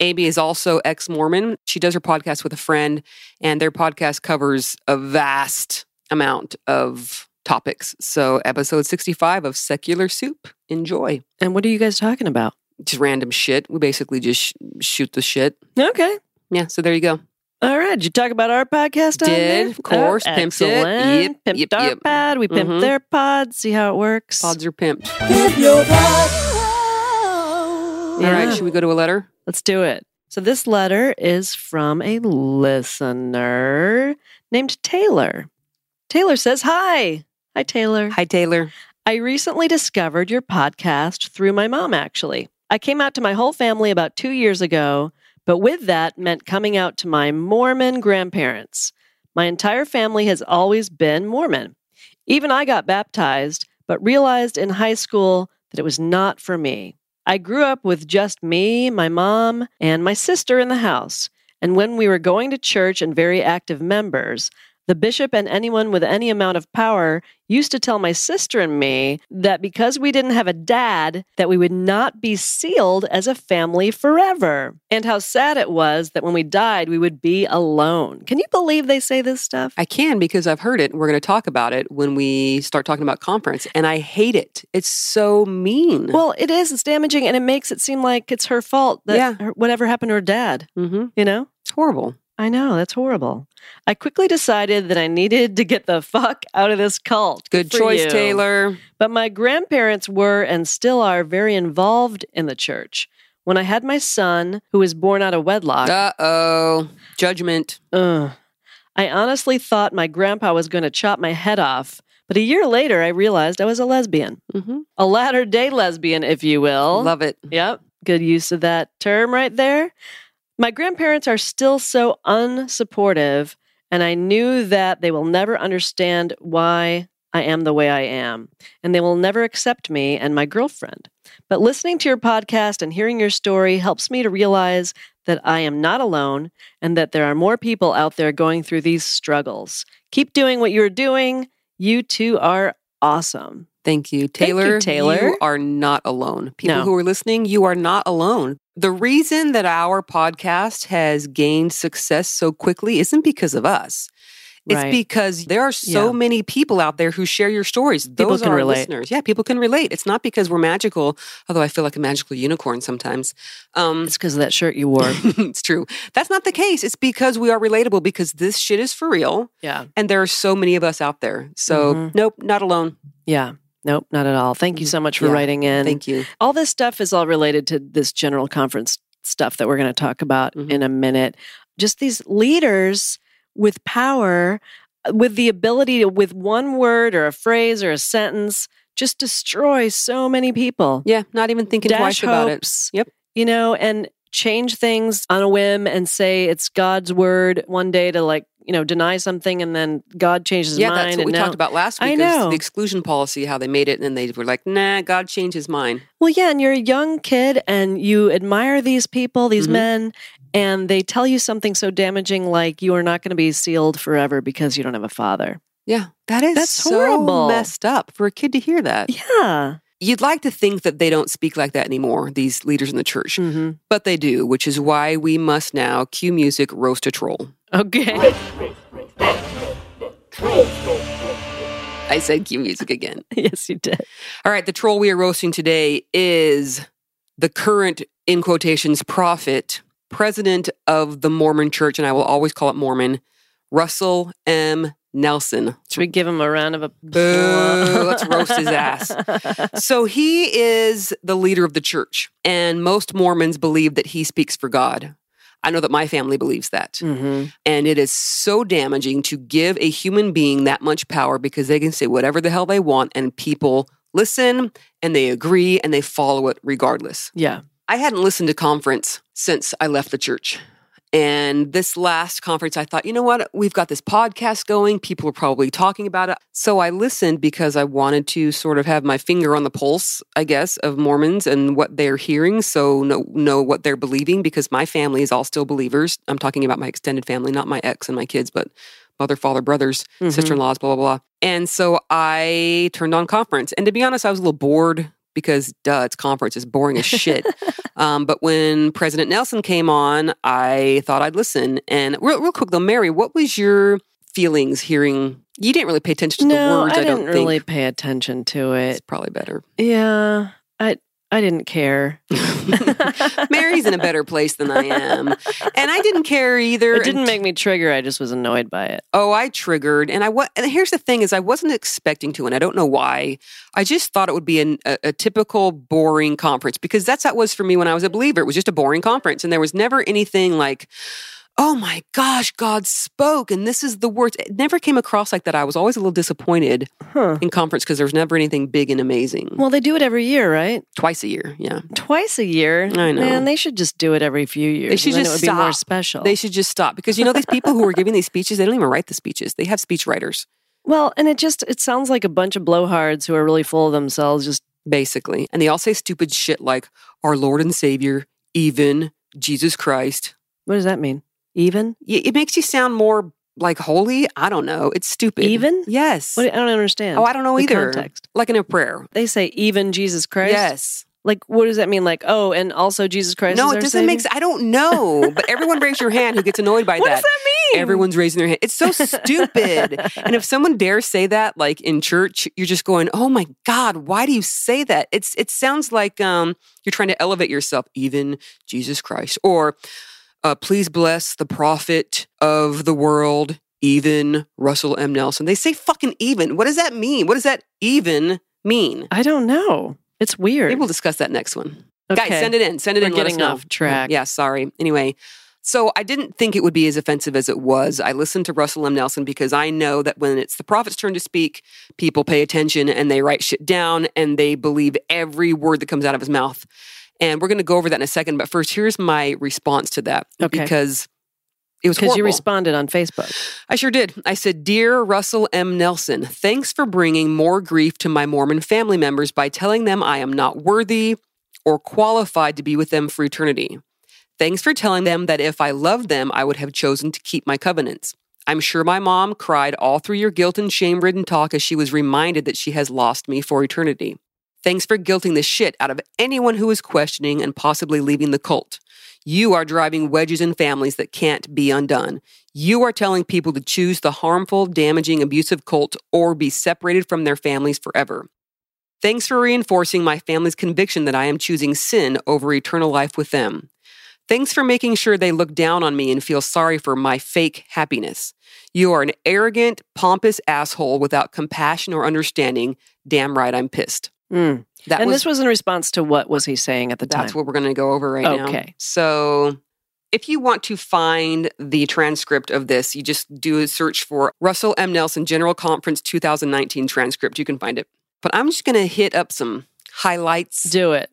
[SPEAKER 2] Amy is also ex Mormon. She does her podcast with a friend, and their podcast covers a vast amount of topics. So, episode 65 of Secular Soup. Enjoy.
[SPEAKER 1] And what are you guys talking about?
[SPEAKER 2] Just random shit. We basically just sh- shoot the shit.
[SPEAKER 1] Okay.
[SPEAKER 2] Yeah, so there you go.
[SPEAKER 1] All right. Did you talk about our podcast? on
[SPEAKER 2] Did,
[SPEAKER 1] there?
[SPEAKER 2] of course.
[SPEAKER 1] Oh,
[SPEAKER 2] Pimped it.
[SPEAKER 1] excellent.
[SPEAKER 2] Yep,
[SPEAKER 1] Pimped
[SPEAKER 2] yep,
[SPEAKER 1] our
[SPEAKER 2] yep.
[SPEAKER 1] pod. We pimped
[SPEAKER 2] Mhm.
[SPEAKER 1] their pod. See how it works.
[SPEAKER 2] Pods are pimped.
[SPEAKER 3] Pimp your pie.
[SPEAKER 2] All
[SPEAKER 1] Yeah.
[SPEAKER 2] right, should we go to a letter?
[SPEAKER 1] Let's do it. So this letter is from a listener named Taylor. Taylor says, "Hi. Hi Taylor.
[SPEAKER 2] Hi, Taylor.
[SPEAKER 1] I recently discovered your podcast through my mom, actually. I came out to my whole family about two years ago, but with that meant coming out to my Mormon grandparents. My entire family has always been Mormon. Even I got baptized, but realized in high school that it was not for me. I grew up with just me, my mom, and my sister in the house. And when we were going to church and very active members, the bishop and anyone with any amount of power used to tell my sister and me that because we didn't have a dad that we would not be sealed as a family forever and how sad it was that when we died we would be alone can you believe they say this stuff
[SPEAKER 2] I can because I've heard it. and We're going to talk about it when we start talking about conference, and I hate it. It's so mean.
[SPEAKER 1] well it is it's damaging and it makes it seem like it's her fault that
[SPEAKER 2] Yeah.
[SPEAKER 1] her, whatever happened to her dad
[SPEAKER 2] hmm
[SPEAKER 1] you know
[SPEAKER 2] It's horrible.
[SPEAKER 1] I know, that's horrible. I quickly decided that I needed to get the fuck out of this cult.
[SPEAKER 2] Good
[SPEAKER 1] for
[SPEAKER 2] choice,
[SPEAKER 1] you.
[SPEAKER 2] Taylor.
[SPEAKER 1] But my grandparents were and still are very involved in the church. When I had my son, who was born out of wedlock,
[SPEAKER 2] Uh oh, judgment.
[SPEAKER 1] ugh, I honestly thought my grandpa was going to chop my head off. But a year later, I realized I was a lesbian,
[SPEAKER 2] hmm
[SPEAKER 1] a latter day lesbian, if you will.
[SPEAKER 2] Love it.
[SPEAKER 1] Yep. Good use of that term right there. My grandparents are still so unsupportive, and I knew that they will never understand why I am the way I am, and they will never accept me and my girlfriend. But listening to your podcast and hearing your story helps me to realize that I am not alone and that there are more people out there going through these struggles. Keep doing what you're doing. You two are awesome.
[SPEAKER 2] Thank
[SPEAKER 1] Thank
[SPEAKER 2] you,
[SPEAKER 1] you,
[SPEAKER 2] Taylor.
[SPEAKER 1] Taylor.
[SPEAKER 2] you are not alone. People
[SPEAKER 1] No.
[SPEAKER 2] who are listening, you are not alone. The reason that our podcast has gained success so quickly isn't because of us. It's
[SPEAKER 1] Right.
[SPEAKER 2] because there are so
[SPEAKER 1] Yeah.
[SPEAKER 2] many people out there who share your stories. Those
[SPEAKER 1] People can
[SPEAKER 2] are our
[SPEAKER 1] relate.
[SPEAKER 2] listeners. Yeah, people can relate. It's not because we're magical, although I feel like a magical unicorn sometimes. Um,
[SPEAKER 1] It's because of that shirt you wore.
[SPEAKER 2] it's true. That's not the case. It's because we are relatable because this shit is for real
[SPEAKER 1] yeah.
[SPEAKER 2] and there are so many of us out there. So,
[SPEAKER 1] Mhm.
[SPEAKER 2] nope, not alone.
[SPEAKER 1] Yeah. Nope, not at all. Thank you so much for
[SPEAKER 2] Yeah.
[SPEAKER 1] writing in.
[SPEAKER 2] Thank you.
[SPEAKER 1] all this stuff is all related to this general conference stuff that we're going to talk about
[SPEAKER 2] Mhm.
[SPEAKER 1] in a minute. Just these leaders with power, with the ability to, with one word or a phrase or a sentence, just destroy so many people.
[SPEAKER 2] Yeah, not even thinking
[SPEAKER 1] Dash
[SPEAKER 2] twice about it.
[SPEAKER 1] hopes.
[SPEAKER 2] Yep.
[SPEAKER 1] You know, and change things on a whim and say it's God's word one day to like, you know, deny something and then God changes his
[SPEAKER 2] Yeah,
[SPEAKER 1] mind.
[SPEAKER 2] that's what
[SPEAKER 1] and
[SPEAKER 2] we
[SPEAKER 1] now-
[SPEAKER 2] talked about last
[SPEAKER 1] I
[SPEAKER 2] week. is
[SPEAKER 1] know.
[SPEAKER 2] the exclusion policy, how they made it, and then they were like, "Nah, God changed his mind."
[SPEAKER 1] Well, yeah, and you're a young kid and you admire these people, these
[SPEAKER 2] Mhm.
[SPEAKER 1] men, and they tell you something so damaging like you are not going to be sealed forever because you don't have a father.
[SPEAKER 2] Yeah, that is
[SPEAKER 1] That's
[SPEAKER 2] so
[SPEAKER 1] horrible.
[SPEAKER 2] messed up for a kid to hear that.
[SPEAKER 1] Yeah.
[SPEAKER 2] You'd like to think that they don't speak like that anymore, these leaders in the church,
[SPEAKER 1] hmm
[SPEAKER 2] but they do, which is why we must now cue music, roast a troll.
[SPEAKER 1] Okay.
[SPEAKER 2] I said cue music again.
[SPEAKER 1] yes, you did.
[SPEAKER 2] All right, the troll we are roasting today is the current, in quotations, prophet, president of the Mormon Church, and I will always call it Mormon, Russell M. Nelson.
[SPEAKER 1] Should we give him a round of a
[SPEAKER 2] Boo, let's roast his ass. So he is the leader of the church, and most Mormons believe that he speaks for God. I know that my family believes that.
[SPEAKER 1] hmm
[SPEAKER 2] And it is so damaging to give a human being that much power because they can say whatever the hell they want, and people listen and they agree and they follow it regardless.
[SPEAKER 1] Yeah.
[SPEAKER 2] I hadn't listened to conference since I left the church. And this last conference, I thought, you know what? We've got this podcast going. People are probably talking about it. So I listened because I wanted to sort of have my finger on the pulse, I guess, of Mormons and what they're hearing. So know, know what they're believing because my family is all still believers. I'm talking about my extended family, not my ex and my kids, but mother, father, brothers,
[SPEAKER 1] Mhm.
[SPEAKER 2] sister in laws, blah, blah, blah. And so I turned on conference. And to be honest, I was a little bored because, duh, it's conference, it's boring as shit. um, but when President Nelson came on, I thought I'd listen. And real, real quick though, Mary, what was your feelings hearing? You didn't really pay attention to the
[SPEAKER 1] Mm-hmm. no,
[SPEAKER 2] words,
[SPEAKER 1] I
[SPEAKER 2] I,
[SPEAKER 1] didn't
[SPEAKER 2] don't
[SPEAKER 1] really
[SPEAKER 2] think.
[SPEAKER 1] pay attention to
[SPEAKER 2] It's
[SPEAKER 1] it.
[SPEAKER 2] probably better.
[SPEAKER 1] Yeah, I I didn't care.
[SPEAKER 2] Mary's in a better place than I am. And I didn't care either.
[SPEAKER 1] It didn't
[SPEAKER 2] until-
[SPEAKER 1] make me trigger. I just was annoyed by it.
[SPEAKER 2] Oh, I triggered, and I wa- and here's the thing: is I wasn't expecting to, and I don't know why. I just thought it would be an, a, a typical boring conference because that's how it was for me when I was a believer. It was just a boring conference, and there was never anything like, "Oh my gosh, God spoke," and this is the words. It never came across like that. I was always a little disappointed
[SPEAKER 1] Huh.
[SPEAKER 2] in conference because there was never anything big and amazing.
[SPEAKER 1] Well, they do it every year, right?
[SPEAKER 2] Twice a year, yeah.
[SPEAKER 1] Twice a year.
[SPEAKER 2] I know.
[SPEAKER 1] Man, they should just do it every few years.
[SPEAKER 2] should
[SPEAKER 1] and then
[SPEAKER 2] just
[SPEAKER 1] it would be more
[SPEAKER 2] stop.
[SPEAKER 1] special.
[SPEAKER 2] They should just stop because you know these people who are giving these speeches, they don't even write the speeches. They have speech writers.
[SPEAKER 1] well, and it just it sounds like a bunch of blowhards who are really full of themselves. Just
[SPEAKER 2] basically. And they all say stupid shit like our Lord and Savior, even Jesus Christ.
[SPEAKER 1] what does that mean? Even?
[SPEAKER 2] Y- It makes you sound more like holy. I don't know. It's stupid.
[SPEAKER 1] Even?
[SPEAKER 2] Yes.
[SPEAKER 1] What, I don't understand.
[SPEAKER 2] oh, I don't know
[SPEAKER 1] the
[SPEAKER 2] either.
[SPEAKER 1] Context.
[SPEAKER 2] Like in a prayer.
[SPEAKER 1] They say even Jesus Christ.
[SPEAKER 2] Yes.
[SPEAKER 1] Like what does that mean? Like oh, and also Jesus Christ.
[SPEAKER 2] no,
[SPEAKER 1] is
[SPEAKER 2] it
[SPEAKER 1] our
[SPEAKER 2] doesn't
[SPEAKER 1] savior?
[SPEAKER 2] make sense. I don't know. But everyone raise your hand who gets annoyed by
[SPEAKER 1] What
[SPEAKER 2] that.
[SPEAKER 1] does that mean?
[SPEAKER 2] Everyone's raising their hand. It's so stupid. and if someone dares say that, like in church, you're just going, "Oh my God, why do you say that?" It's it sounds like um, you're trying to elevate yourself, even Jesus Christ, or uh, "Please bless the prophet of the world." Even Russell M. Nelson. They say fucking even. What does that mean? What does that even mean?
[SPEAKER 1] I don't know. It's weird.
[SPEAKER 2] Maybe we'll discuss that next one.
[SPEAKER 1] okay.
[SPEAKER 2] Guys, send it in. Send it
[SPEAKER 1] We're
[SPEAKER 2] in. Let us
[SPEAKER 1] getting
[SPEAKER 2] know.
[SPEAKER 1] off track.
[SPEAKER 2] Yeah, sorry. Anyway, so I didn't think it would be as offensive as it was. I listened to Russell M. Nelson because I know that when it's the prophet's turn to speak, people pay attention and they write shit down and they believe every word that comes out of his mouth. And we're going to go over that in a second. But first, here's my response to that
[SPEAKER 1] Okay.
[SPEAKER 2] because it was
[SPEAKER 1] because you
[SPEAKER 2] horrible.
[SPEAKER 1] responded on Facebook.
[SPEAKER 2] I sure did. I said, Dear Russell M. Nelson, thanks for bringing more grief to my Mormon family members by telling them I am not worthy or qualified to be with them for eternity. Thanks for telling them that if I loved them, I would have chosen to keep my covenants. I'm sure my mom cried all through your guilt and shame ridden talk as she was reminded that she has lost me for eternity. Thanks for guilting the shit out of anyone who is questioning and possibly leaving the cult. You are driving wedges in families that can't be undone. You are telling people to choose the harmful, damaging, abusive cult or be separated from their families forever. Thanks for reinforcing my family's conviction that I am choosing sin over eternal life with them. Thanks for making sure they look down on me and feel sorry for my fake happiness. You are an arrogant, pompous asshole without compassion or understanding. Damn right, I'm pissed.
[SPEAKER 1] Mm.
[SPEAKER 2] That
[SPEAKER 1] and
[SPEAKER 2] was
[SPEAKER 1] this was in response to what was he saying at the time?
[SPEAKER 2] that's what we're going to go over right now.
[SPEAKER 1] Okay.
[SPEAKER 2] So if you want to find the transcript of this, you just do a search for Russell M. Nelson General Conference 2019 transcript. You can find it. But I'm just going to hit up some highlights.
[SPEAKER 1] Do it.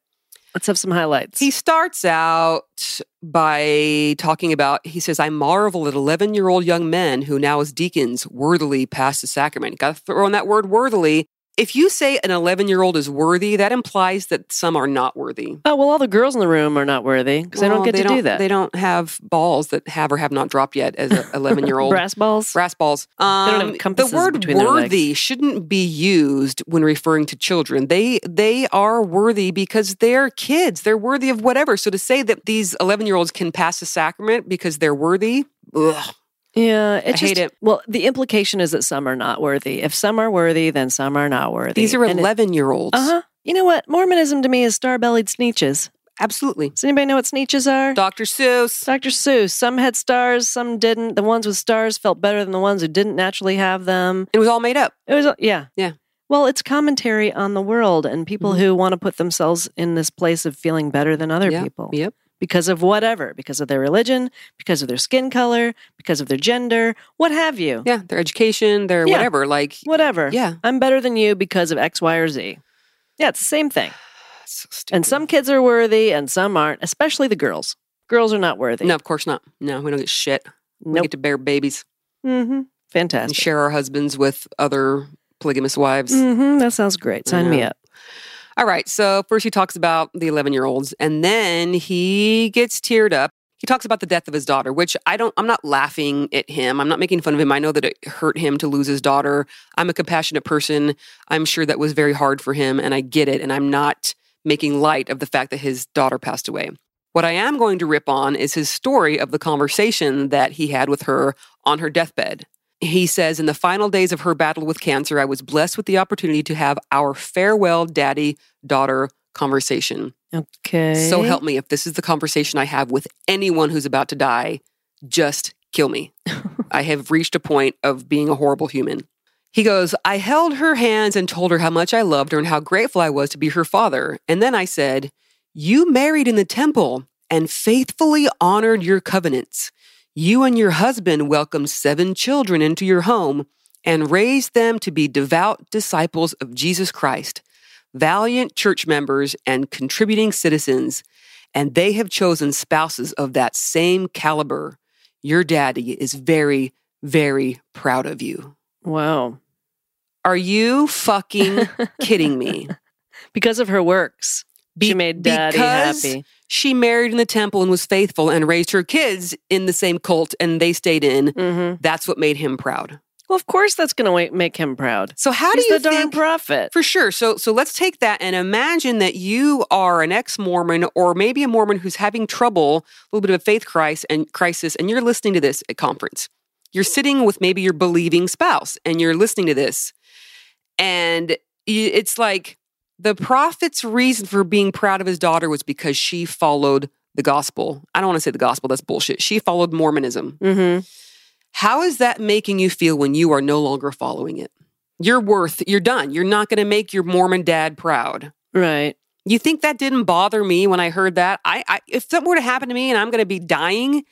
[SPEAKER 1] Let's have some highlights.
[SPEAKER 2] He starts out by talking about, he says, I marvel at 11 year old young men who now, as deacons, worthily pass the sacrament. Got to throw in that word worthily. If you say an 11 year old is worthy, that implies that some are not worthy.
[SPEAKER 1] oh well, all the girls in the room are not worthy because they don't
[SPEAKER 2] Well,
[SPEAKER 1] get to do
[SPEAKER 2] don't-
[SPEAKER 1] that.
[SPEAKER 2] They don't have balls that have or have not dropped yet as an 11 year old.
[SPEAKER 1] Brass balls.
[SPEAKER 2] Brass balls. Um,
[SPEAKER 1] have compasses
[SPEAKER 2] the word
[SPEAKER 1] between their legs.
[SPEAKER 2] "worthy" shouldn't be used when referring to children. They they are worthy because they're kids. They're worthy of whatever. So to say that these eleven year olds can pass the sacrament because they're worthy, ugh,
[SPEAKER 1] Yeah, it
[SPEAKER 2] I
[SPEAKER 1] just,
[SPEAKER 2] hate it.
[SPEAKER 1] Well, the implication is that some are not worthy. If some are worthy, then some are not worthy.
[SPEAKER 2] these are eleven year olds.
[SPEAKER 1] Uh huh. You know what? Mormonism to me is star-bellied sneeches.
[SPEAKER 2] Absolutely,
[SPEAKER 1] Does anybody know what sneeches are?
[SPEAKER 2] Dr. Seuss.
[SPEAKER 1] Dr. Seuss. Some had stars, some didn't. The ones with stars felt better than the ones who didn't naturally have them.
[SPEAKER 2] It was all made up.
[SPEAKER 1] It was, yeah.
[SPEAKER 2] Yeah.
[SPEAKER 1] Well, it's commentary on the world and people
[SPEAKER 2] Mhm.
[SPEAKER 1] who want to put themselves in this place of feeling better than other
[SPEAKER 2] Yeah,
[SPEAKER 1] people
[SPEAKER 2] Yep.
[SPEAKER 1] because of whatever, because of their religion, because of their skin color, because of their gender, what have you.
[SPEAKER 2] Yeah. Their education. Their
[SPEAKER 1] Yeah.
[SPEAKER 2] whatever. Like.
[SPEAKER 1] Whatever.
[SPEAKER 2] Yeah.
[SPEAKER 1] I'm better than you because of X, Y, or Z. Yeah, it's the same thing.
[SPEAKER 2] So
[SPEAKER 1] And
[SPEAKER 2] stupid.
[SPEAKER 1] some kids are worthy and some aren't, especially the girls. Girls are not worthy.
[SPEAKER 2] No, of course not. No, we don't get shit. We
[SPEAKER 1] Nope.
[SPEAKER 2] get to bear babies
[SPEAKER 1] hmm
[SPEAKER 2] and
[SPEAKER 1] Fantastic.
[SPEAKER 2] share our husbands with other polygamous wives.
[SPEAKER 1] hmm That sounds great. Sign me
[SPEAKER 2] Yeah.
[SPEAKER 1] up.
[SPEAKER 2] All right. So first he talks about the 11 year olds and then he gets teared up. He talks about the death of his daughter, which I don't, I'm not laughing at him. I'm not making fun of him. I know that it hurt him to lose his daughter. I'm a compassionate person. I'm sure that was very hard for him and I get it. And I'm not making light of the fact that his daughter passed away. What I am going to rip on is his story of the conversation that he had with her on her deathbed. He says, In the final days of her battle with cancer, I was blessed with the opportunity to have our farewell daddy daughter conversation.
[SPEAKER 1] Okay.
[SPEAKER 2] So help me if this is the conversation I have with anyone who's about to die, just kill me. I have reached a point of being a horrible human. He goes, I held her hands and told her how much I loved her and how grateful I was to be her father. And then I said, You married in the temple and faithfully honored your covenants. You and your husband welcomed seven children into your home and raised them to be devout disciples of Jesus Christ, valiant church members and contributing citizens. And they have chosen spouses of that same caliber. Your daddy is very, very proud of you.
[SPEAKER 1] Wow.
[SPEAKER 2] Are you fucking kidding me?
[SPEAKER 1] Because of her works,
[SPEAKER 2] Be-
[SPEAKER 1] she made daddy
[SPEAKER 2] because
[SPEAKER 1] happy.
[SPEAKER 2] She married in the temple and was faithful and raised her kids in the same cult and they stayed in.
[SPEAKER 1] hmm
[SPEAKER 2] That's what made him proud.
[SPEAKER 1] Well, of course, that's going to make him proud.
[SPEAKER 2] So how
[SPEAKER 1] He's
[SPEAKER 2] do you
[SPEAKER 1] the darn
[SPEAKER 2] think
[SPEAKER 1] prophet.
[SPEAKER 2] for sure? So so let's take that and imagine that you are an ex-Mormon or maybe a Mormon who's having trouble, a little bit of a faith crisis and crisis and you're listening to this at conference. You're sitting with maybe your believing spouse and you're listening to this. And y- it's like the prophet's reason for being proud of his daughter was because she followed the gospel. I don't want to say the gospel, that's bullshit. She followed Mormonism.
[SPEAKER 1] hmm
[SPEAKER 2] How is that making you feel when you are no longer following it? You're worth, you're done. You're not going to make your Mormon dad proud.
[SPEAKER 1] Right.
[SPEAKER 2] You think that didn't bother me when I heard that? I, I if something were to happen to me and I'm going to be dying,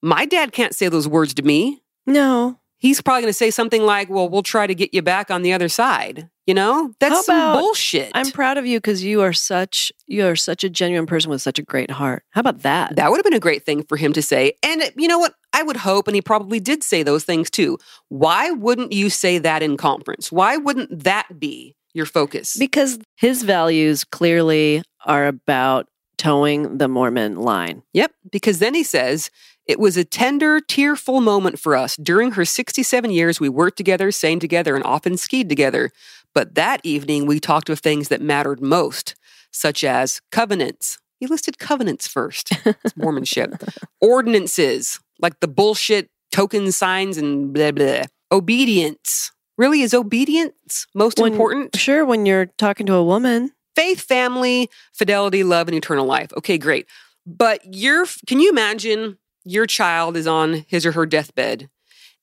[SPEAKER 2] my dad can't say those words to me.
[SPEAKER 1] No.
[SPEAKER 2] He's probably going to say something like, "Well, we'll try to get you back on the other side." You know? That's
[SPEAKER 1] How
[SPEAKER 2] some
[SPEAKER 1] about-
[SPEAKER 2] bullshit.
[SPEAKER 1] I'm proud of you because you are such you are such a genuine person with such a great heart. How about that?
[SPEAKER 2] That would have been a great thing for him to say. And you know what? I would hope, and he probably did say those things too. Why wouldn't you say that in conference? Why wouldn't that be your focus?
[SPEAKER 1] Because his values clearly are about towing the Mormon line.
[SPEAKER 2] yep. Because then he says, it was a tender, tearful moment for us. During her 67 years, we worked together, sang together, and often skied together. But that evening, we talked of things that mattered most, such as covenants. He listed covenants first. It's Mormonship. Ordinances, like the bullshit token signs and blah, blah. Obedience. Really, is obedience most
[SPEAKER 1] When-
[SPEAKER 2] important?
[SPEAKER 1] Sure, when you're talking to a woman,
[SPEAKER 2] faith, family, fidelity, love, and eternal life. Okay, great. But you're, can you imagine your child is on his or her deathbed,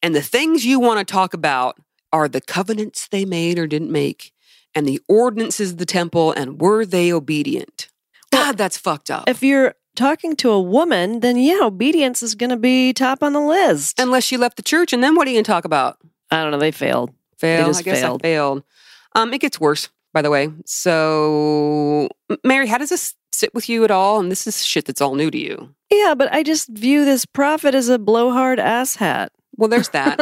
[SPEAKER 2] and the things you want to talk about are the covenants they made or didn't make, and the ordinances of the temple, and were they obedient?
[SPEAKER 1] Well,
[SPEAKER 2] God, that's fucked up.
[SPEAKER 1] if you're talking to a woman, then yeah, obedience is going to be top on the list.
[SPEAKER 2] Unless she left the church, and then what are you going to talk about?
[SPEAKER 1] I don't know, they failed.
[SPEAKER 2] Failed. I
[SPEAKER 1] just
[SPEAKER 2] guess
[SPEAKER 1] failed.
[SPEAKER 2] I failed. Um, it gets worse, by the way. So, M- Mary, how does this sit with you at all? And this is shit that's all new to you.
[SPEAKER 1] Yeah, but I just view this prophet as a blowhard asshat
[SPEAKER 2] Well, there's that.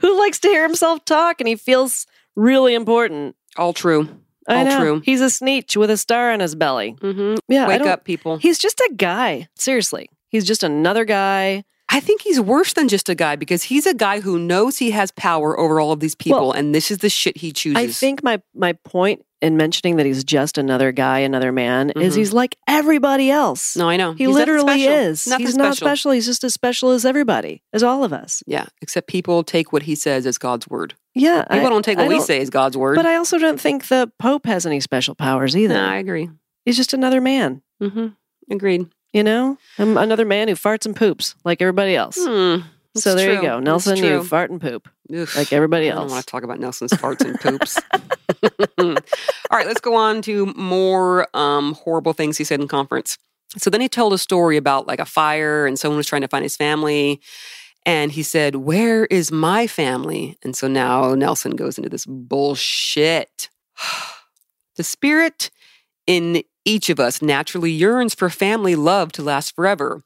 [SPEAKER 1] who likes to hear himself talk and he feels really important.
[SPEAKER 2] all true.
[SPEAKER 1] I
[SPEAKER 2] All
[SPEAKER 1] know.
[SPEAKER 2] true.
[SPEAKER 1] He's a sneech with a star on his belly.
[SPEAKER 2] hmm
[SPEAKER 1] Yeah, I
[SPEAKER 2] Wake
[SPEAKER 1] don't-
[SPEAKER 2] up, people.
[SPEAKER 1] He's just a guy. Seriously, he's just another guy.
[SPEAKER 2] I think he's worse than just a guy because he's a guy who knows he has power over all of these people,
[SPEAKER 1] Well,
[SPEAKER 2] and this is the shit he chooses.
[SPEAKER 1] I think my my point in mentioning that he's just another guy, another man, is
[SPEAKER 2] Mhm.
[SPEAKER 1] he's like everybody else.
[SPEAKER 2] No, I know.
[SPEAKER 1] he
[SPEAKER 2] He's nothing
[SPEAKER 1] literally
[SPEAKER 2] special.
[SPEAKER 1] is.
[SPEAKER 2] Nothing
[SPEAKER 1] he's
[SPEAKER 2] special.
[SPEAKER 1] not special. He's just as special as everybody, as all of us.
[SPEAKER 2] Yeah, except people take what he says as God's word.
[SPEAKER 1] Yeah, I-
[SPEAKER 2] People don't take what we
[SPEAKER 1] don't-
[SPEAKER 2] say as God's word.
[SPEAKER 1] But I also don't think the Pope has any special powers either.
[SPEAKER 2] no, I agree.
[SPEAKER 1] he's just another man.
[SPEAKER 2] hmm Agreed.
[SPEAKER 1] You know, Um, another man who farts and poops like everybody else.
[SPEAKER 2] Hmm. That's
[SPEAKER 1] so there you
[SPEAKER 2] true.
[SPEAKER 1] go,
[SPEAKER 2] That's
[SPEAKER 1] Nelson. You
[SPEAKER 2] true.
[SPEAKER 1] fart and poop
[SPEAKER 2] Oof.
[SPEAKER 1] like everybody
[SPEAKER 2] I don't
[SPEAKER 1] else.
[SPEAKER 2] want to talk about Nelson's farts and poops. All right, let's go on to more um, horrible things he said in conference. So then he told a story about like a fire and someone was trying to find his family. And he said, Where is my family? And so now Nelson goes into this bullshit. the spirit in each of us naturally yearns for family love to last forever.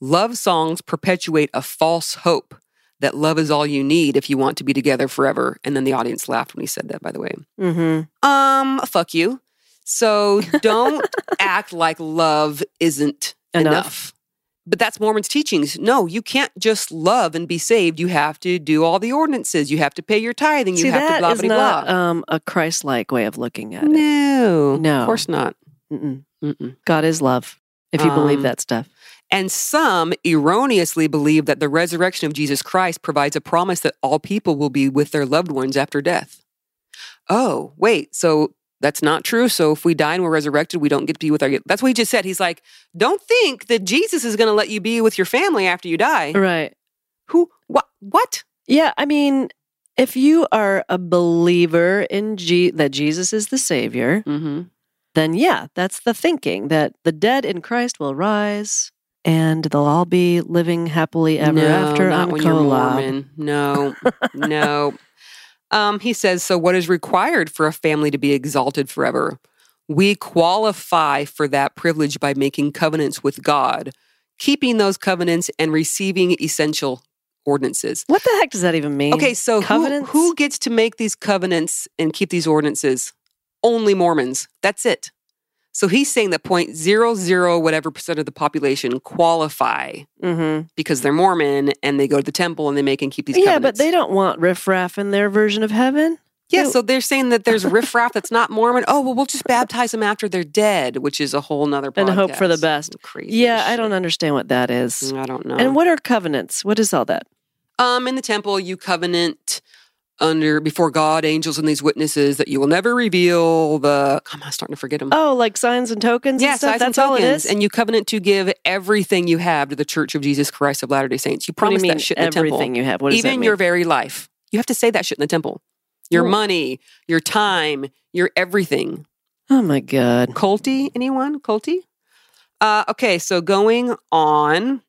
[SPEAKER 2] Love songs perpetuate a false hope that love is all you need if you want to be together forever. And then the audience laughed when he said that, by the way.
[SPEAKER 1] Mm-hmm.
[SPEAKER 2] Um, fuck you. So don't act like love isn't
[SPEAKER 1] Enough.
[SPEAKER 2] enough. But that's Mormon's teachings. No, you can't just love and be saved. You have to do all the ordinances. You have to pay your tithing. You
[SPEAKER 1] See,
[SPEAKER 2] have to
[SPEAKER 1] that
[SPEAKER 2] blah
[SPEAKER 1] is
[SPEAKER 2] blah
[SPEAKER 1] not
[SPEAKER 2] blah.
[SPEAKER 1] um, a Christ-like way of looking at it.
[SPEAKER 2] no,
[SPEAKER 1] No.
[SPEAKER 2] of course not.
[SPEAKER 1] Mm-mm.
[SPEAKER 2] Mm-mm.
[SPEAKER 1] God is love. If you believe
[SPEAKER 2] Um,
[SPEAKER 1] that stuff,
[SPEAKER 2] And some erroneously believe that the resurrection of Jesus Christ provides a promise that all people will be with their loved ones after death. Oh, wait, so that's not true. So if we die and we're resurrected, we don't get to be with our. That's what he just said. He's like, don't think that Jesus is going to let you be with your family after you die.
[SPEAKER 1] right?
[SPEAKER 2] Who? What? What?
[SPEAKER 1] Yeah, I mean, if you are a believer in Je- that Jesus is the Savior,
[SPEAKER 2] Mm-hmm.
[SPEAKER 1] then yeah, that's the thinking that the dead in Christ will rise and they'll all be living happily ever
[SPEAKER 2] no,
[SPEAKER 1] after
[SPEAKER 2] not
[SPEAKER 1] on
[SPEAKER 2] when you're
[SPEAKER 1] Kolob.
[SPEAKER 2] Mormon. No, no. Um, he says, so what is required for a family to be exalted forever? We qualify for that privilege by making covenants with God, keeping those covenants and receiving essential ordinances.
[SPEAKER 1] What the heck does that even mean?
[SPEAKER 2] Okay, so who,
[SPEAKER 1] covenants?
[SPEAKER 2] who gets to make these covenants and keep these ordinances? Only Mormons. That's it. So he's saying that point zero zero whatever percent of the population qualify
[SPEAKER 1] Mm-hmm.
[SPEAKER 2] because they're Mormon and they go to the temple and they make and keep these
[SPEAKER 1] Yeah, but
[SPEAKER 2] covenants.
[SPEAKER 1] they don't want riffraff in their version of heaven.
[SPEAKER 2] yeah,
[SPEAKER 1] they-
[SPEAKER 2] so they're saying that there's riffraff that's not Mormon. Oh well, we'll just baptize them after they're dead, which is a whole nother podcast.
[SPEAKER 1] And hope for the best.
[SPEAKER 2] Crazy.
[SPEAKER 1] Yeah, I
[SPEAKER 2] shit. Mm,
[SPEAKER 1] don't understand what that is.
[SPEAKER 2] I don't know.
[SPEAKER 1] And what are covenants? What is all that?
[SPEAKER 2] um, in the temple, you covenant under before God, angels, and these witnesses that you will never reveal the. I'm starting to forget them.
[SPEAKER 1] Oh, like signs and tokens and
[SPEAKER 2] Yes,
[SPEAKER 1] stuff?
[SPEAKER 2] signs and
[SPEAKER 1] That's all it
[SPEAKER 2] tokens,
[SPEAKER 1] is?
[SPEAKER 2] and you covenant to give everything you have to the Church of Jesus Christ of Latter Day Saints. You
[SPEAKER 1] what do you
[SPEAKER 2] promise
[SPEAKER 1] mean
[SPEAKER 2] that shit in the
[SPEAKER 1] everything
[SPEAKER 2] temple.
[SPEAKER 1] you have? What does that
[SPEAKER 2] even
[SPEAKER 1] mean?
[SPEAKER 2] your very life. You have to say that shit in the temple. Your
[SPEAKER 1] Oh.
[SPEAKER 2] money, your time, your everything.
[SPEAKER 1] Oh my god.
[SPEAKER 2] Colty, anyone? Colty? Uh, okay, so going on,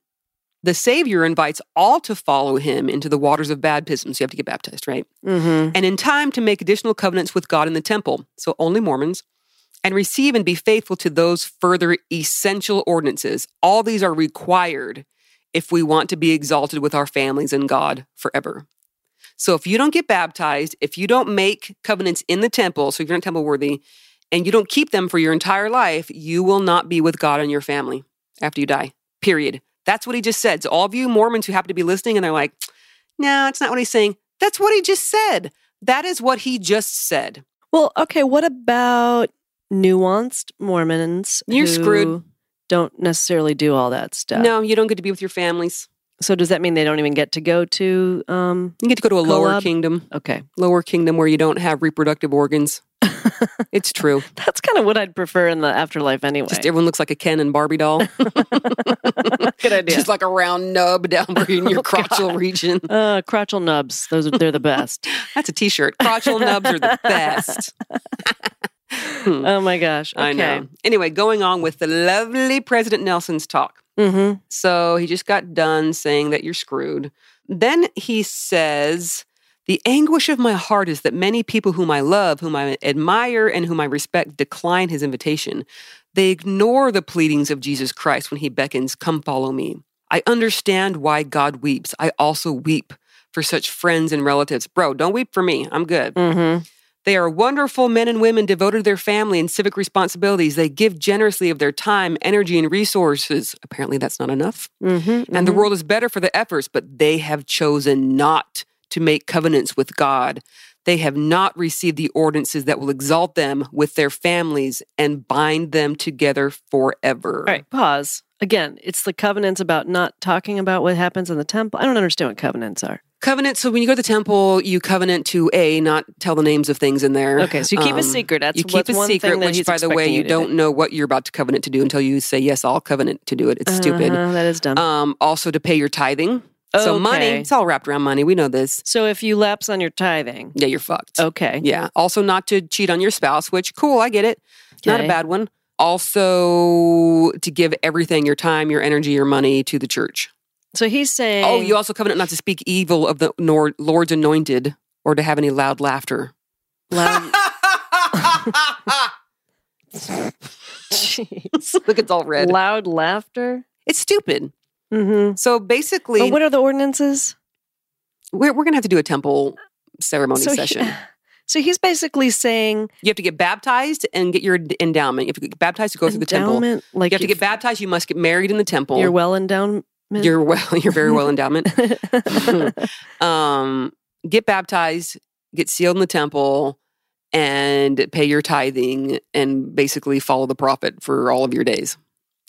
[SPEAKER 2] the Savior invites all to follow him into the waters of baptism. So you have to get baptized, right?
[SPEAKER 1] Mm-hmm.
[SPEAKER 2] And in time to make additional covenants with God in the temple. So only Mormons. And receive and be faithful to those further essential ordinances. All these are required if we want to be exalted with our families and God forever. So if you don't get baptized, if you don't make covenants in the temple, so if you're not temple worthy, and you don't keep them for your entire life, you will not be with God and your family after you die. Period. That's what he just said. So all of you Mormons who happen to be listening and they're like, no, that's not what he's saying. That's what he just said. That is what he just said.
[SPEAKER 1] Well, okay, what about nuanced Mormons?
[SPEAKER 2] You're
[SPEAKER 1] who
[SPEAKER 2] screwed.
[SPEAKER 1] Don't necessarily do all that stuff.
[SPEAKER 2] No, you don't get to be with your families.
[SPEAKER 1] So does that mean they don't even get to go to um
[SPEAKER 2] You get to go to a lower
[SPEAKER 1] Collab.
[SPEAKER 2] kingdom,
[SPEAKER 1] okay.
[SPEAKER 2] lower kingdom where you don't have reproductive organs. it's true.
[SPEAKER 1] That's kind of what I'd prefer in the afterlife anyway.
[SPEAKER 2] Just everyone looks like a Ken and Barbie doll.
[SPEAKER 1] Good idea. Oh,
[SPEAKER 2] Just like a round nub down where in your crotchal region.
[SPEAKER 1] uh crotchal nubs. Those are they're the best.
[SPEAKER 2] That's a t-shirt. Crotchal nubs are the best. Hmm,
[SPEAKER 1] oh my gosh. Okay.
[SPEAKER 2] I know. Anyway, going on with the lovely President Nelson's talk.
[SPEAKER 1] Mm-hmm.
[SPEAKER 2] So he just got done saying that you're screwed. Then he says, The anguish of my heart is that many people whom I love, whom I admire, and whom I respect decline his invitation. They ignore the pleadings of Jesus Christ when he beckons, Come follow me. I understand why God weeps. I also weep for such friends and relatives. Bro, don't weep for me. I'm good.
[SPEAKER 1] Mm-hmm.
[SPEAKER 2] They are wonderful men and women devoted to their family and civic responsibilities. They give generously of their time, energy, and resources. Apparently, that's not enough
[SPEAKER 1] Mm-hmm.
[SPEAKER 2] and the world is better for the efforts, but they have chosen not to make covenants with God. They have not received the ordinances that will exalt them with their families and bind them together forever.
[SPEAKER 1] All right, pause. Again, it's the covenants about not talking about what happens in the temple. I don't understand what covenants are.
[SPEAKER 2] Covenant. So when you go to the temple, you covenant to A, not tell the names of things in there.
[SPEAKER 1] Okay, so you keep
[SPEAKER 2] Um,
[SPEAKER 1] a secret. That's
[SPEAKER 2] you keep
[SPEAKER 1] what's
[SPEAKER 2] a
[SPEAKER 1] one
[SPEAKER 2] secret,
[SPEAKER 1] thing that
[SPEAKER 2] which,
[SPEAKER 1] he's
[SPEAKER 2] by the way,
[SPEAKER 1] expecting
[SPEAKER 2] you
[SPEAKER 1] to
[SPEAKER 2] don't know what you're about to covenant to do until you say, Yes, I'll covenant to do it. It's
[SPEAKER 1] do.
[SPEAKER 2] stupid.
[SPEAKER 1] Uh-huh, that is dumb.
[SPEAKER 2] Um, also, to pay your tithing. So, money,
[SPEAKER 1] Okay.
[SPEAKER 2] it's all wrapped around money. We know this.
[SPEAKER 1] so if you lapse on your tithing,
[SPEAKER 2] Yeah, you're fucked.
[SPEAKER 1] okay,
[SPEAKER 2] Yeah. Also, not to cheat on your spouse, which, cool, I get it. Not a
[SPEAKER 1] Okay.
[SPEAKER 2] bad one. Also, to give everything your time, your energy, your money to the church.
[SPEAKER 1] So he's saying,
[SPEAKER 2] Oh, you also covenant not to speak evil of the nor- Lord's anointed or to have any loud laughter.
[SPEAKER 1] loud, Jeez.
[SPEAKER 2] Look, it's all red.
[SPEAKER 1] Loud laughter.
[SPEAKER 2] It's stupid.
[SPEAKER 1] Mm-hmm.
[SPEAKER 2] So basically,
[SPEAKER 1] But what are the ordinances?
[SPEAKER 2] we're, we're going to have to do a temple ceremony
[SPEAKER 1] So he-
[SPEAKER 2] session.
[SPEAKER 1] so he's basically saying
[SPEAKER 2] you have to get baptized and get your d- endowment. If you get baptized, you go through the temple.
[SPEAKER 1] endowment, like
[SPEAKER 2] You have to get baptized. You must get married in the temple.
[SPEAKER 1] You're well endowment.
[SPEAKER 2] You're well. You're very well endowment. um, get baptized, get sealed in the temple, and pay your tithing, and basically follow the prophet for all of your days.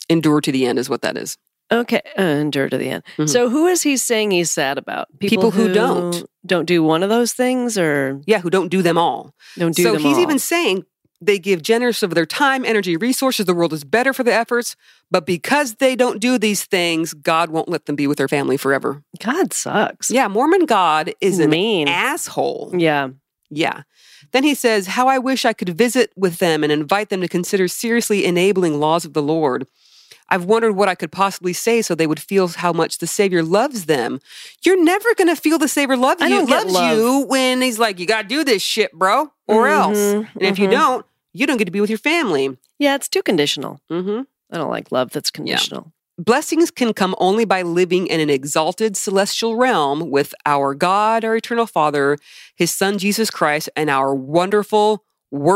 [SPEAKER 2] Endure to the end is what that is.
[SPEAKER 1] okay, uh, endure to the end.
[SPEAKER 2] Mhm.
[SPEAKER 1] So who is he saying he's sad about?
[SPEAKER 2] People who don't.
[SPEAKER 1] don't do one of those things or
[SPEAKER 2] Yeah, who don't do them all.
[SPEAKER 1] don't do
[SPEAKER 2] so
[SPEAKER 1] them
[SPEAKER 2] he's
[SPEAKER 1] all.
[SPEAKER 2] even saying they give generous of their time, energy, resources. The world is better for the efforts, but because they don't do these things, God won't let them be with their family forever.
[SPEAKER 1] God sucks.
[SPEAKER 2] Yeah, Mormon God is an
[SPEAKER 1] mean.
[SPEAKER 2] asshole.
[SPEAKER 1] Yeah.
[SPEAKER 2] Yeah. Then he says, How I wish I could visit with them and invite them to consider seriously enabling laws of the Lord. I've wondered what I could possibly say so they would feel how much the Savior loves them. You're never going to feel the Savior love
[SPEAKER 1] I
[SPEAKER 2] you.
[SPEAKER 1] don't get
[SPEAKER 2] loves
[SPEAKER 1] love.
[SPEAKER 2] you when he's like, You got to do this shit, bro, or else. And
[SPEAKER 1] Mhm,
[SPEAKER 2] if you
[SPEAKER 1] mhm.
[SPEAKER 2] don't, you don't get to be with your family.
[SPEAKER 1] Yeah, it's too conditional.
[SPEAKER 2] hmm
[SPEAKER 1] I don't like love that's conditional.
[SPEAKER 2] blessings can come only by living in an exalted celestial realm with our God, our eternal Father, His Son Jesus Christ, and our wonderful,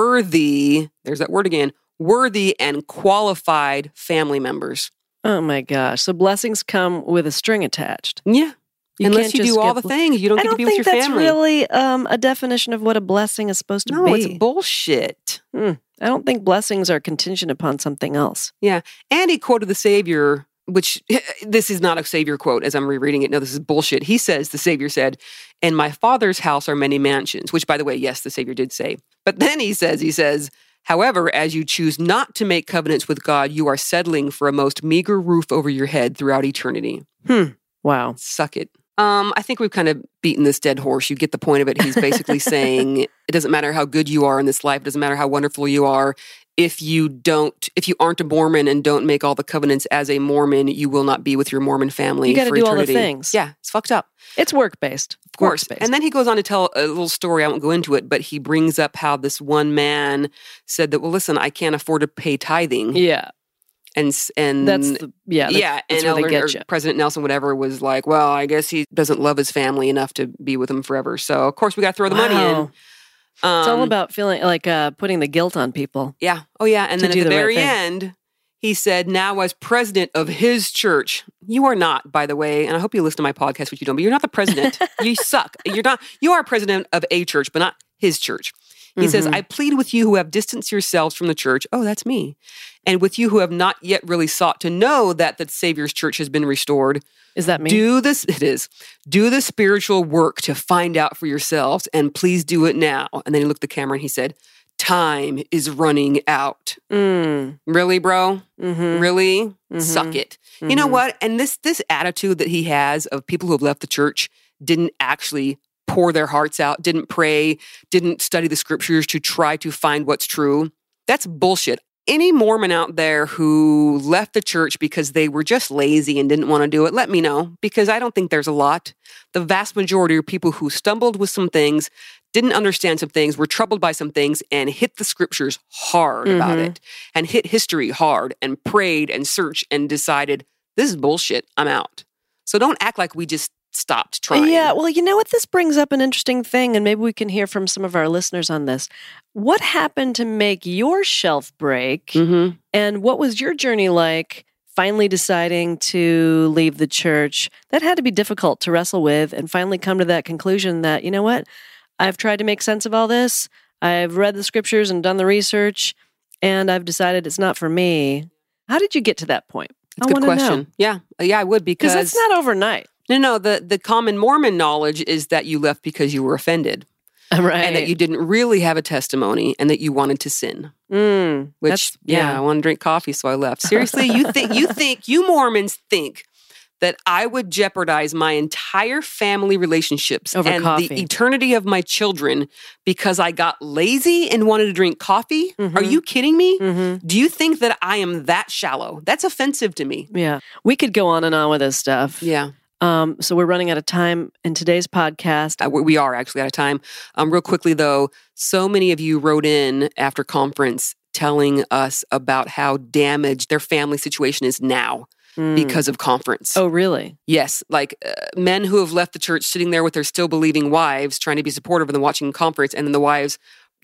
[SPEAKER 2] worthy, there's that word again, worthy and qualified family members.
[SPEAKER 1] Oh my gosh. So blessings come with a string attached.
[SPEAKER 2] Yeah.
[SPEAKER 1] You can't
[SPEAKER 2] Unless you
[SPEAKER 1] just
[SPEAKER 2] do all
[SPEAKER 1] get
[SPEAKER 2] the
[SPEAKER 1] bl-
[SPEAKER 2] things, you don't
[SPEAKER 1] I
[SPEAKER 2] get to
[SPEAKER 1] don't
[SPEAKER 2] be
[SPEAKER 1] think
[SPEAKER 2] with your
[SPEAKER 1] that's
[SPEAKER 2] family.
[SPEAKER 1] really um, a definition of what a blessing is supposed to
[SPEAKER 2] no,
[SPEAKER 1] be.
[SPEAKER 2] it's bullshit.
[SPEAKER 1] I don't think blessings are contingent upon something else.
[SPEAKER 2] And he quoted the Savior, which this is not a Savior quote as I'm rereading it. No, this is bullshit. He says, The Savior said, In my Father's house are many mansions, which, by the way, yes, the Savior did say. But then he says, He says, However, as you choose not to make covenants with God, you are settling for a most meager roof over your head throughout eternity.
[SPEAKER 1] Wow.
[SPEAKER 2] Suck it. Um, I think we've kind of beaten this dead horse. You get the point of it. He's basically saying it doesn't matter how good you are in this life, it doesn't matter how wonderful you are. If you don't, if you aren't a Mormon and don't make all the covenants as a Mormon, you will not be with your Mormon family.
[SPEAKER 1] You gotta
[SPEAKER 2] for
[SPEAKER 1] do all the
[SPEAKER 2] eternity.
[SPEAKER 1] things.
[SPEAKER 2] Yeah, it's fucked up.
[SPEAKER 1] It's work based.
[SPEAKER 2] Of course. And then he goes on to tell a little story. I won't go into it, but he brings up how this one man said that, well, listen, I can't afford to pay tithing.
[SPEAKER 1] yeah,
[SPEAKER 2] And, s- and
[SPEAKER 1] that's the, yeah, that's,
[SPEAKER 2] Mm. yeah,
[SPEAKER 1] that's
[SPEAKER 2] and
[SPEAKER 1] where they
[SPEAKER 2] Elder-
[SPEAKER 1] get
[SPEAKER 2] or
[SPEAKER 1] you.
[SPEAKER 2] President Nelson, whatever, was like, well, I guess he doesn't love his family enough to be with them forever. So of course we got to throw the money in.
[SPEAKER 1] Wow. it's all
[SPEAKER 2] Um,
[SPEAKER 1] about feeling like uh, putting the guilt on people.
[SPEAKER 2] yeah, oh yeah, and
[SPEAKER 1] to
[SPEAKER 2] then at
[SPEAKER 1] do
[SPEAKER 2] the,
[SPEAKER 1] the right
[SPEAKER 2] very
[SPEAKER 1] thing.
[SPEAKER 2] end, he said, "Now as president of his church, you are not, by the way, and I hope you listen to my podcast, which you don't, but you're not the president. you suck. You're not. You are president of a church, but not his church." He says,
[SPEAKER 1] Mm-hmm.
[SPEAKER 2] I plead with you who have distanced yourselves from the church. Oh, that's me. And with you who have not yet really sought to know that the Savior's church has been restored,
[SPEAKER 1] Is that me?
[SPEAKER 2] Do this, it is. Do the spiritual work to find out for yourselves, and please do it now. And then he looked at the camera and he said, Time is running out.
[SPEAKER 1] mm,
[SPEAKER 2] Really, bro?
[SPEAKER 1] hmm
[SPEAKER 2] Really? Suck
[SPEAKER 1] Mhm.
[SPEAKER 2] it. You know
[SPEAKER 1] Mhm.
[SPEAKER 2] what? And this this attitude that he has of people who have left the church didn't actually pour their hearts out, didn't pray, didn't study the scriptures to try to find what's true. That's bullshit. Any Mormon out there who left the church because they were just lazy and didn't want to do it, let me know because I don't think there's a lot. The vast majority are people who stumbled with some things, didn't understand some things, were troubled by some things, and hit the scriptures hard about
[SPEAKER 1] Mhm.
[SPEAKER 2] it and hit history hard and prayed and searched and decided, this is bullshit. I'm out. So don't act like we just stopped trying.
[SPEAKER 1] Yeah, well, you know what? This brings up an interesting thing, and maybe we can hear from some of our listeners on this. What happened to make your shelf break?
[SPEAKER 2] hmm
[SPEAKER 1] And what was your journey like finally deciding to leave the church? That had to be difficult to wrestle with and finally come to that conclusion that, you know what? I've tried to make sense of all this. I've read the scriptures and done the research, and I've decided it's not for me. How did you get to that point?
[SPEAKER 2] It's
[SPEAKER 1] I
[SPEAKER 2] a good
[SPEAKER 1] wanna know.
[SPEAKER 2] question. Yeah. Uh, Yeah, I would because
[SPEAKER 1] Because that's not overnight.
[SPEAKER 2] no, no. The the common Mormon knowledge is that you left because you were offended
[SPEAKER 1] Right.
[SPEAKER 2] and that you didn't really have a testimony and that you wanted to sin.
[SPEAKER 1] Mm,
[SPEAKER 2] Which
[SPEAKER 1] that's-
[SPEAKER 2] yeah, I want to drink coffee, so I left. Seriously, you think you think you Mormons think that I would jeopardize my entire family relationships
[SPEAKER 1] Over
[SPEAKER 2] and the
[SPEAKER 1] coffee.
[SPEAKER 2] eternity of my children because I got lazy and wanted to drink coffee? Are
[SPEAKER 1] Mhm.
[SPEAKER 2] you kidding me?
[SPEAKER 1] Mhm.
[SPEAKER 2] Do you think that I am that shallow? That's offensive to me.
[SPEAKER 1] Yeah. We could go on and on with this stuff.
[SPEAKER 2] Yeah,
[SPEAKER 1] Um, so we're running out of time in today's podcast.
[SPEAKER 2] uh, we- we are actually out of time. Um, real quickly though, so many of you wrote in after conference telling us about how damaged their family situation is now
[SPEAKER 1] Mm.
[SPEAKER 2] because of conference.
[SPEAKER 1] oh, really?
[SPEAKER 2] Yes, like uh, men who have left the church sitting there with their still believing wives trying to be supportive and then watching conference and then the wives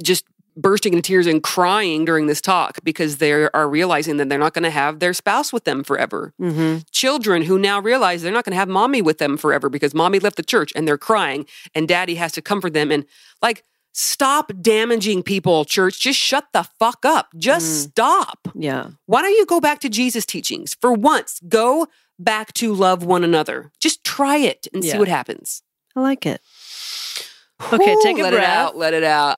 [SPEAKER 2] just bursting into tears and crying during this talk because they are realizing that they're not going to have their spouse with them forever.
[SPEAKER 1] Mm-hmm.
[SPEAKER 2] Children who now realize they're not going to have mommy with them forever because mommy left the church and they're crying and daddy has to comfort them and like stop damaging people church just shut the fuck up just
[SPEAKER 1] Mm.
[SPEAKER 2] stop
[SPEAKER 1] Yeah.
[SPEAKER 2] why don't you go back to Jesus' teachings? For once, go back to love one another. Just try it and see
[SPEAKER 1] Yeah.
[SPEAKER 2] what happens.
[SPEAKER 1] I like it. Okay, take a
[SPEAKER 2] let
[SPEAKER 1] breath.
[SPEAKER 2] It out, let it out.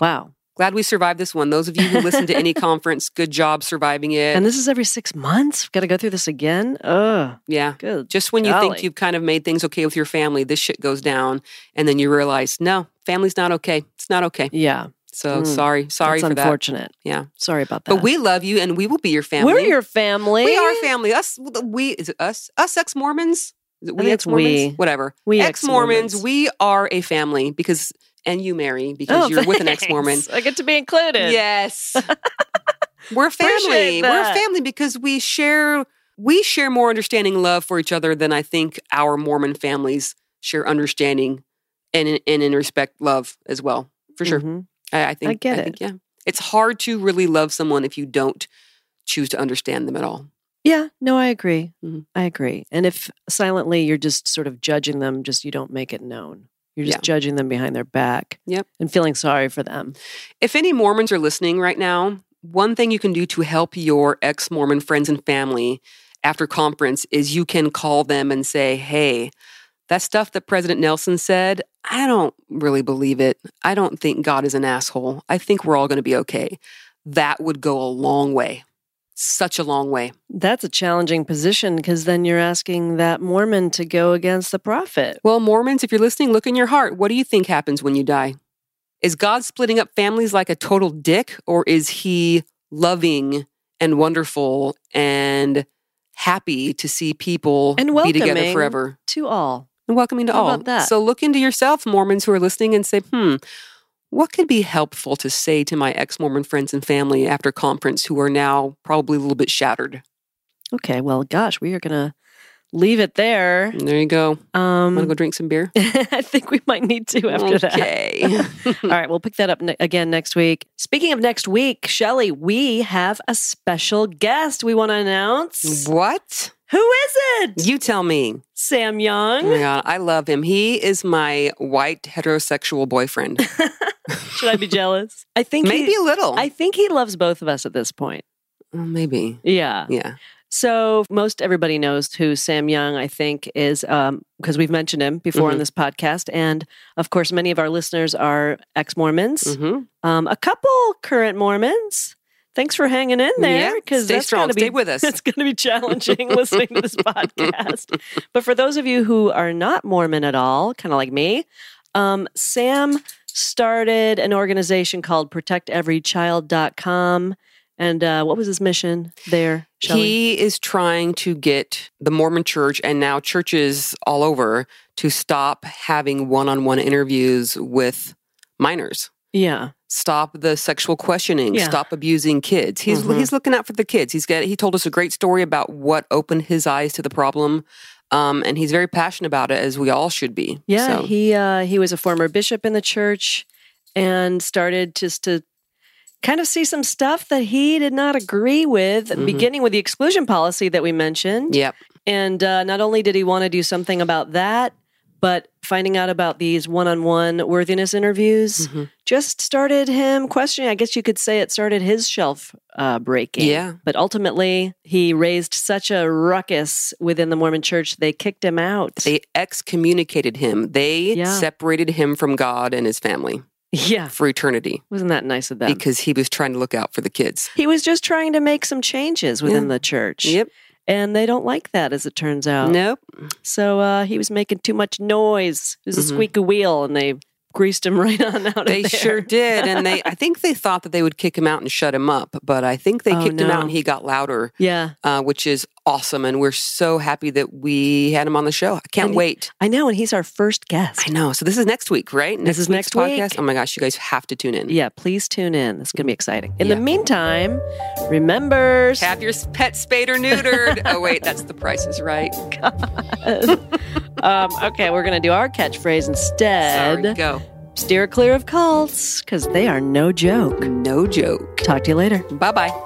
[SPEAKER 1] Wow.
[SPEAKER 2] Glad we survived this one. Those of you who listen to any conference, good job surviving it.
[SPEAKER 1] And this is every six months? Got to go through this again? Ugh,
[SPEAKER 2] yeah.
[SPEAKER 1] good.
[SPEAKER 2] Just when you
[SPEAKER 1] Golly.
[SPEAKER 2] think you've kind of made things okay with your family, this shit goes down. And then you realize, no, family's not okay. It's not okay.
[SPEAKER 1] Yeah.
[SPEAKER 2] So
[SPEAKER 1] Mm.
[SPEAKER 2] sorry. Sorry
[SPEAKER 1] That's
[SPEAKER 2] for that.
[SPEAKER 1] unfortunate.
[SPEAKER 2] Yeah.
[SPEAKER 1] Sorry about that.
[SPEAKER 2] But we love you and we will be your family.
[SPEAKER 1] We're your family.
[SPEAKER 2] We are family. Us, we is it us, us ex Mormons. Is it
[SPEAKER 1] think
[SPEAKER 2] we
[SPEAKER 1] it's
[SPEAKER 2] ex Mormons?
[SPEAKER 1] we.
[SPEAKER 2] Whatever.
[SPEAKER 1] We
[SPEAKER 2] ex Mormons.
[SPEAKER 1] ex-Mormons.
[SPEAKER 2] We are a family because, and you, Mary, because
[SPEAKER 1] Oh,
[SPEAKER 2] you're with an ex Mormon.
[SPEAKER 1] thanks. I get to be included.
[SPEAKER 2] Yes, we're a
[SPEAKER 1] Appreciate
[SPEAKER 2] family. We're a
[SPEAKER 1] that.
[SPEAKER 2] family because we share we share more understanding and love for each other than I think our Mormon families share understanding and and in respect love as well. For sure,
[SPEAKER 1] Mhm.
[SPEAKER 2] I, I think.
[SPEAKER 1] get it.
[SPEAKER 2] Think, yeah, it's hard to really love someone if you don't choose to understand them at all.
[SPEAKER 1] Yeah. No, I agree.
[SPEAKER 2] Mhm.
[SPEAKER 1] I agree. And if silently you're just sort of judging them, just you don't make it known. You're just
[SPEAKER 2] Yeah.
[SPEAKER 1] judging them behind their back.
[SPEAKER 2] Yep.
[SPEAKER 1] And feeling sorry for them.
[SPEAKER 2] If any Mormons are listening right now, one thing you can do to help your ex Mormon friends and family after conference is you can call them and say, hey, that stuff that President Nelson said, I don't really believe it. I don't think God is an asshole. I think we're all going to be okay. That would go a long way, such a long way.
[SPEAKER 1] That's a challenging position because then you're asking that Mormon to go against the prophet.
[SPEAKER 2] Well, Mormons, if you're listening, look in your heart. What do you think happens when you die? Is God splitting up families like a total dick, or is he loving and wonderful and happy to see people
[SPEAKER 1] And
[SPEAKER 2] be together
[SPEAKER 1] welcoming.
[SPEAKER 2] forever
[SPEAKER 1] To all.
[SPEAKER 2] and welcoming to
[SPEAKER 1] How
[SPEAKER 2] all?
[SPEAKER 1] about that?
[SPEAKER 2] So look into yourself, Mormons who are listening, and say, hmm, what could be helpful to say to my ex Mormon friends and family after conference who are now probably a little bit shattered?
[SPEAKER 1] Okay. Well, gosh, we are going to leave it there.
[SPEAKER 2] And there you go.
[SPEAKER 1] Um,
[SPEAKER 2] Want to Mm, go drink some beer?
[SPEAKER 1] I think we might need to after that.
[SPEAKER 2] okay. hmm.
[SPEAKER 1] All right, we'll pick that up ne- again next week. Speaking of next week, Shelly, we have a special guest we want to announce.
[SPEAKER 2] what?
[SPEAKER 1] Who is it?
[SPEAKER 2] You tell me.
[SPEAKER 1] Sam
[SPEAKER 2] Oh my
[SPEAKER 1] Young.
[SPEAKER 2] God, I love him. He is my white heterosexual boyfriend.
[SPEAKER 1] Should I be jealous? I think
[SPEAKER 2] Maybe
[SPEAKER 1] He,
[SPEAKER 2] a little.
[SPEAKER 1] I think he loves both of us at this point.
[SPEAKER 2] Oh, maybe.
[SPEAKER 1] Yeah.
[SPEAKER 2] Yeah.
[SPEAKER 1] So most everybody knows who Sam Young, I think, is because we've mentioned him before on
[SPEAKER 2] Mhm.
[SPEAKER 1] this podcast, and of course, many of our listeners are ex-Mormons.
[SPEAKER 2] Mm-hmm.
[SPEAKER 1] Um, a couple current Mormons. Thanks for hanging in there because
[SPEAKER 2] Mm-hmm. stay
[SPEAKER 1] that's
[SPEAKER 2] strong.
[SPEAKER 1] gotta be
[SPEAKER 2] stay with us.
[SPEAKER 1] It's going to be challenging listening to this podcast. But for those of you who are not Mormon at all, kind of like me, um, Sam started an organization called protecteverychild.com. And uh, what was his mission there? Shelley?
[SPEAKER 2] He is trying to get the Mormon church and now churches all over to stop having one on one interviews with minors.
[SPEAKER 1] yeah.
[SPEAKER 2] Stop the sexual questioning.
[SPEAKER 1] Yeah.
[SPEAKER 2] Stop abusing kids. He's
[SPEAKER 1] Mhm.
[SPEAKER 2] he's looking out for the kids. He's got he told us a great story about what opened his eyes to the problem, um, and he's very passionate about it as we all should be.
[SPEAKER 1] Yeah,
[SPEAKER 2] So-
[SPEAKER 1] he uh, he was a former bishop in the church and started just to kind of see some stuff that he did not agree with,
[SPEAKER 2] Mhm.
[SPEAKER 1] beginning with the exclusion policy that we mentioned.
[SPEAKER 2] Yep.
[SPEAKER 1] And uh, not only did he want to do something about that, but finding out about these one on one worthiness interviews
[SPEAKER 2] Mhm.
[SPEAKER 1] just started him questioning. I guess you could say it started his shelf uh, breaking.
[SPEAKER 2] Yeah.
[SPEAKER 1] But ultimately, he raised such a ruckus within the Mormon church, they kicked him out.
[SPEAKER 2] They excommunicated him. They
[SPEAKER 1] Yeah.
[SPEAKER 2] separated him from God and his family
[SPEAKER 1] yeah.
[SPEAKER 2] for eternity
[SPEAKER 1] Wasn't that nice of them?
[SPEAKER 2] because he was trying to look out for the kids.
[SPEAKER 1] he was just trying to make some changes within
[SPEAKER 2] Yeah.
[SPEAKER 1] the church. And they don't like that, as it turns out.
[SPEAKER 2] Nope.
[SPEAKER 1] So uh, he was making too much noise. It was
[SPEAKER 2] Mhm.
[SPEAKER 1] a squeaky wheel, and they greased him right on out of
[SPEAKER 2] They
[SPEAKER 1] there.
[SPEAKER 2] sure did. And they I think they thought that they would kick him out and shut him up, but I think they
[SPEAKER 1] Oh,
[SPEAKER 2] kicked him
[SPEAKER 1] no.
[SPEAKER 2] out and he got louder,
[SPEAKER 1] Yeah.
[SPEAKER 2] uh, which is awesome, and we're so happy that we had him on the show. I can't
[SPEAKER 1] And he-
[SPEAKER 2] wait.
[SPEAKER 1] I know, and he's our first guest.
[SPEAKER 2] I know. So this is next week, right?
[SPEAKER 1] This is
[SPEAKER 2] week's
[SPEAKER 1] next week.
[SPEAKER 2] podcast. Oh my gosh, you guys have to tune in.
[SPEAKER 1] Yeah, please tune in. It's going to be exciting. In
[SPEAKER 2] Yeah.
[SPEAKER 1] the meantime, remember
[SPEAKER 2] Have your pet spayed or neutered. oh wait, that's the price is right.
[SPEAKER 1] um, okay, we're going to do our catchphrase instead.
[SPEAKER 2] Sorry, go.
[SPEAKER 1] Steer clear of cults because they are no joke.
[SPEAKER 2] No joke.
[SPEAKER 1] Talk to you later.
[SPEAKER 2] Bye bye.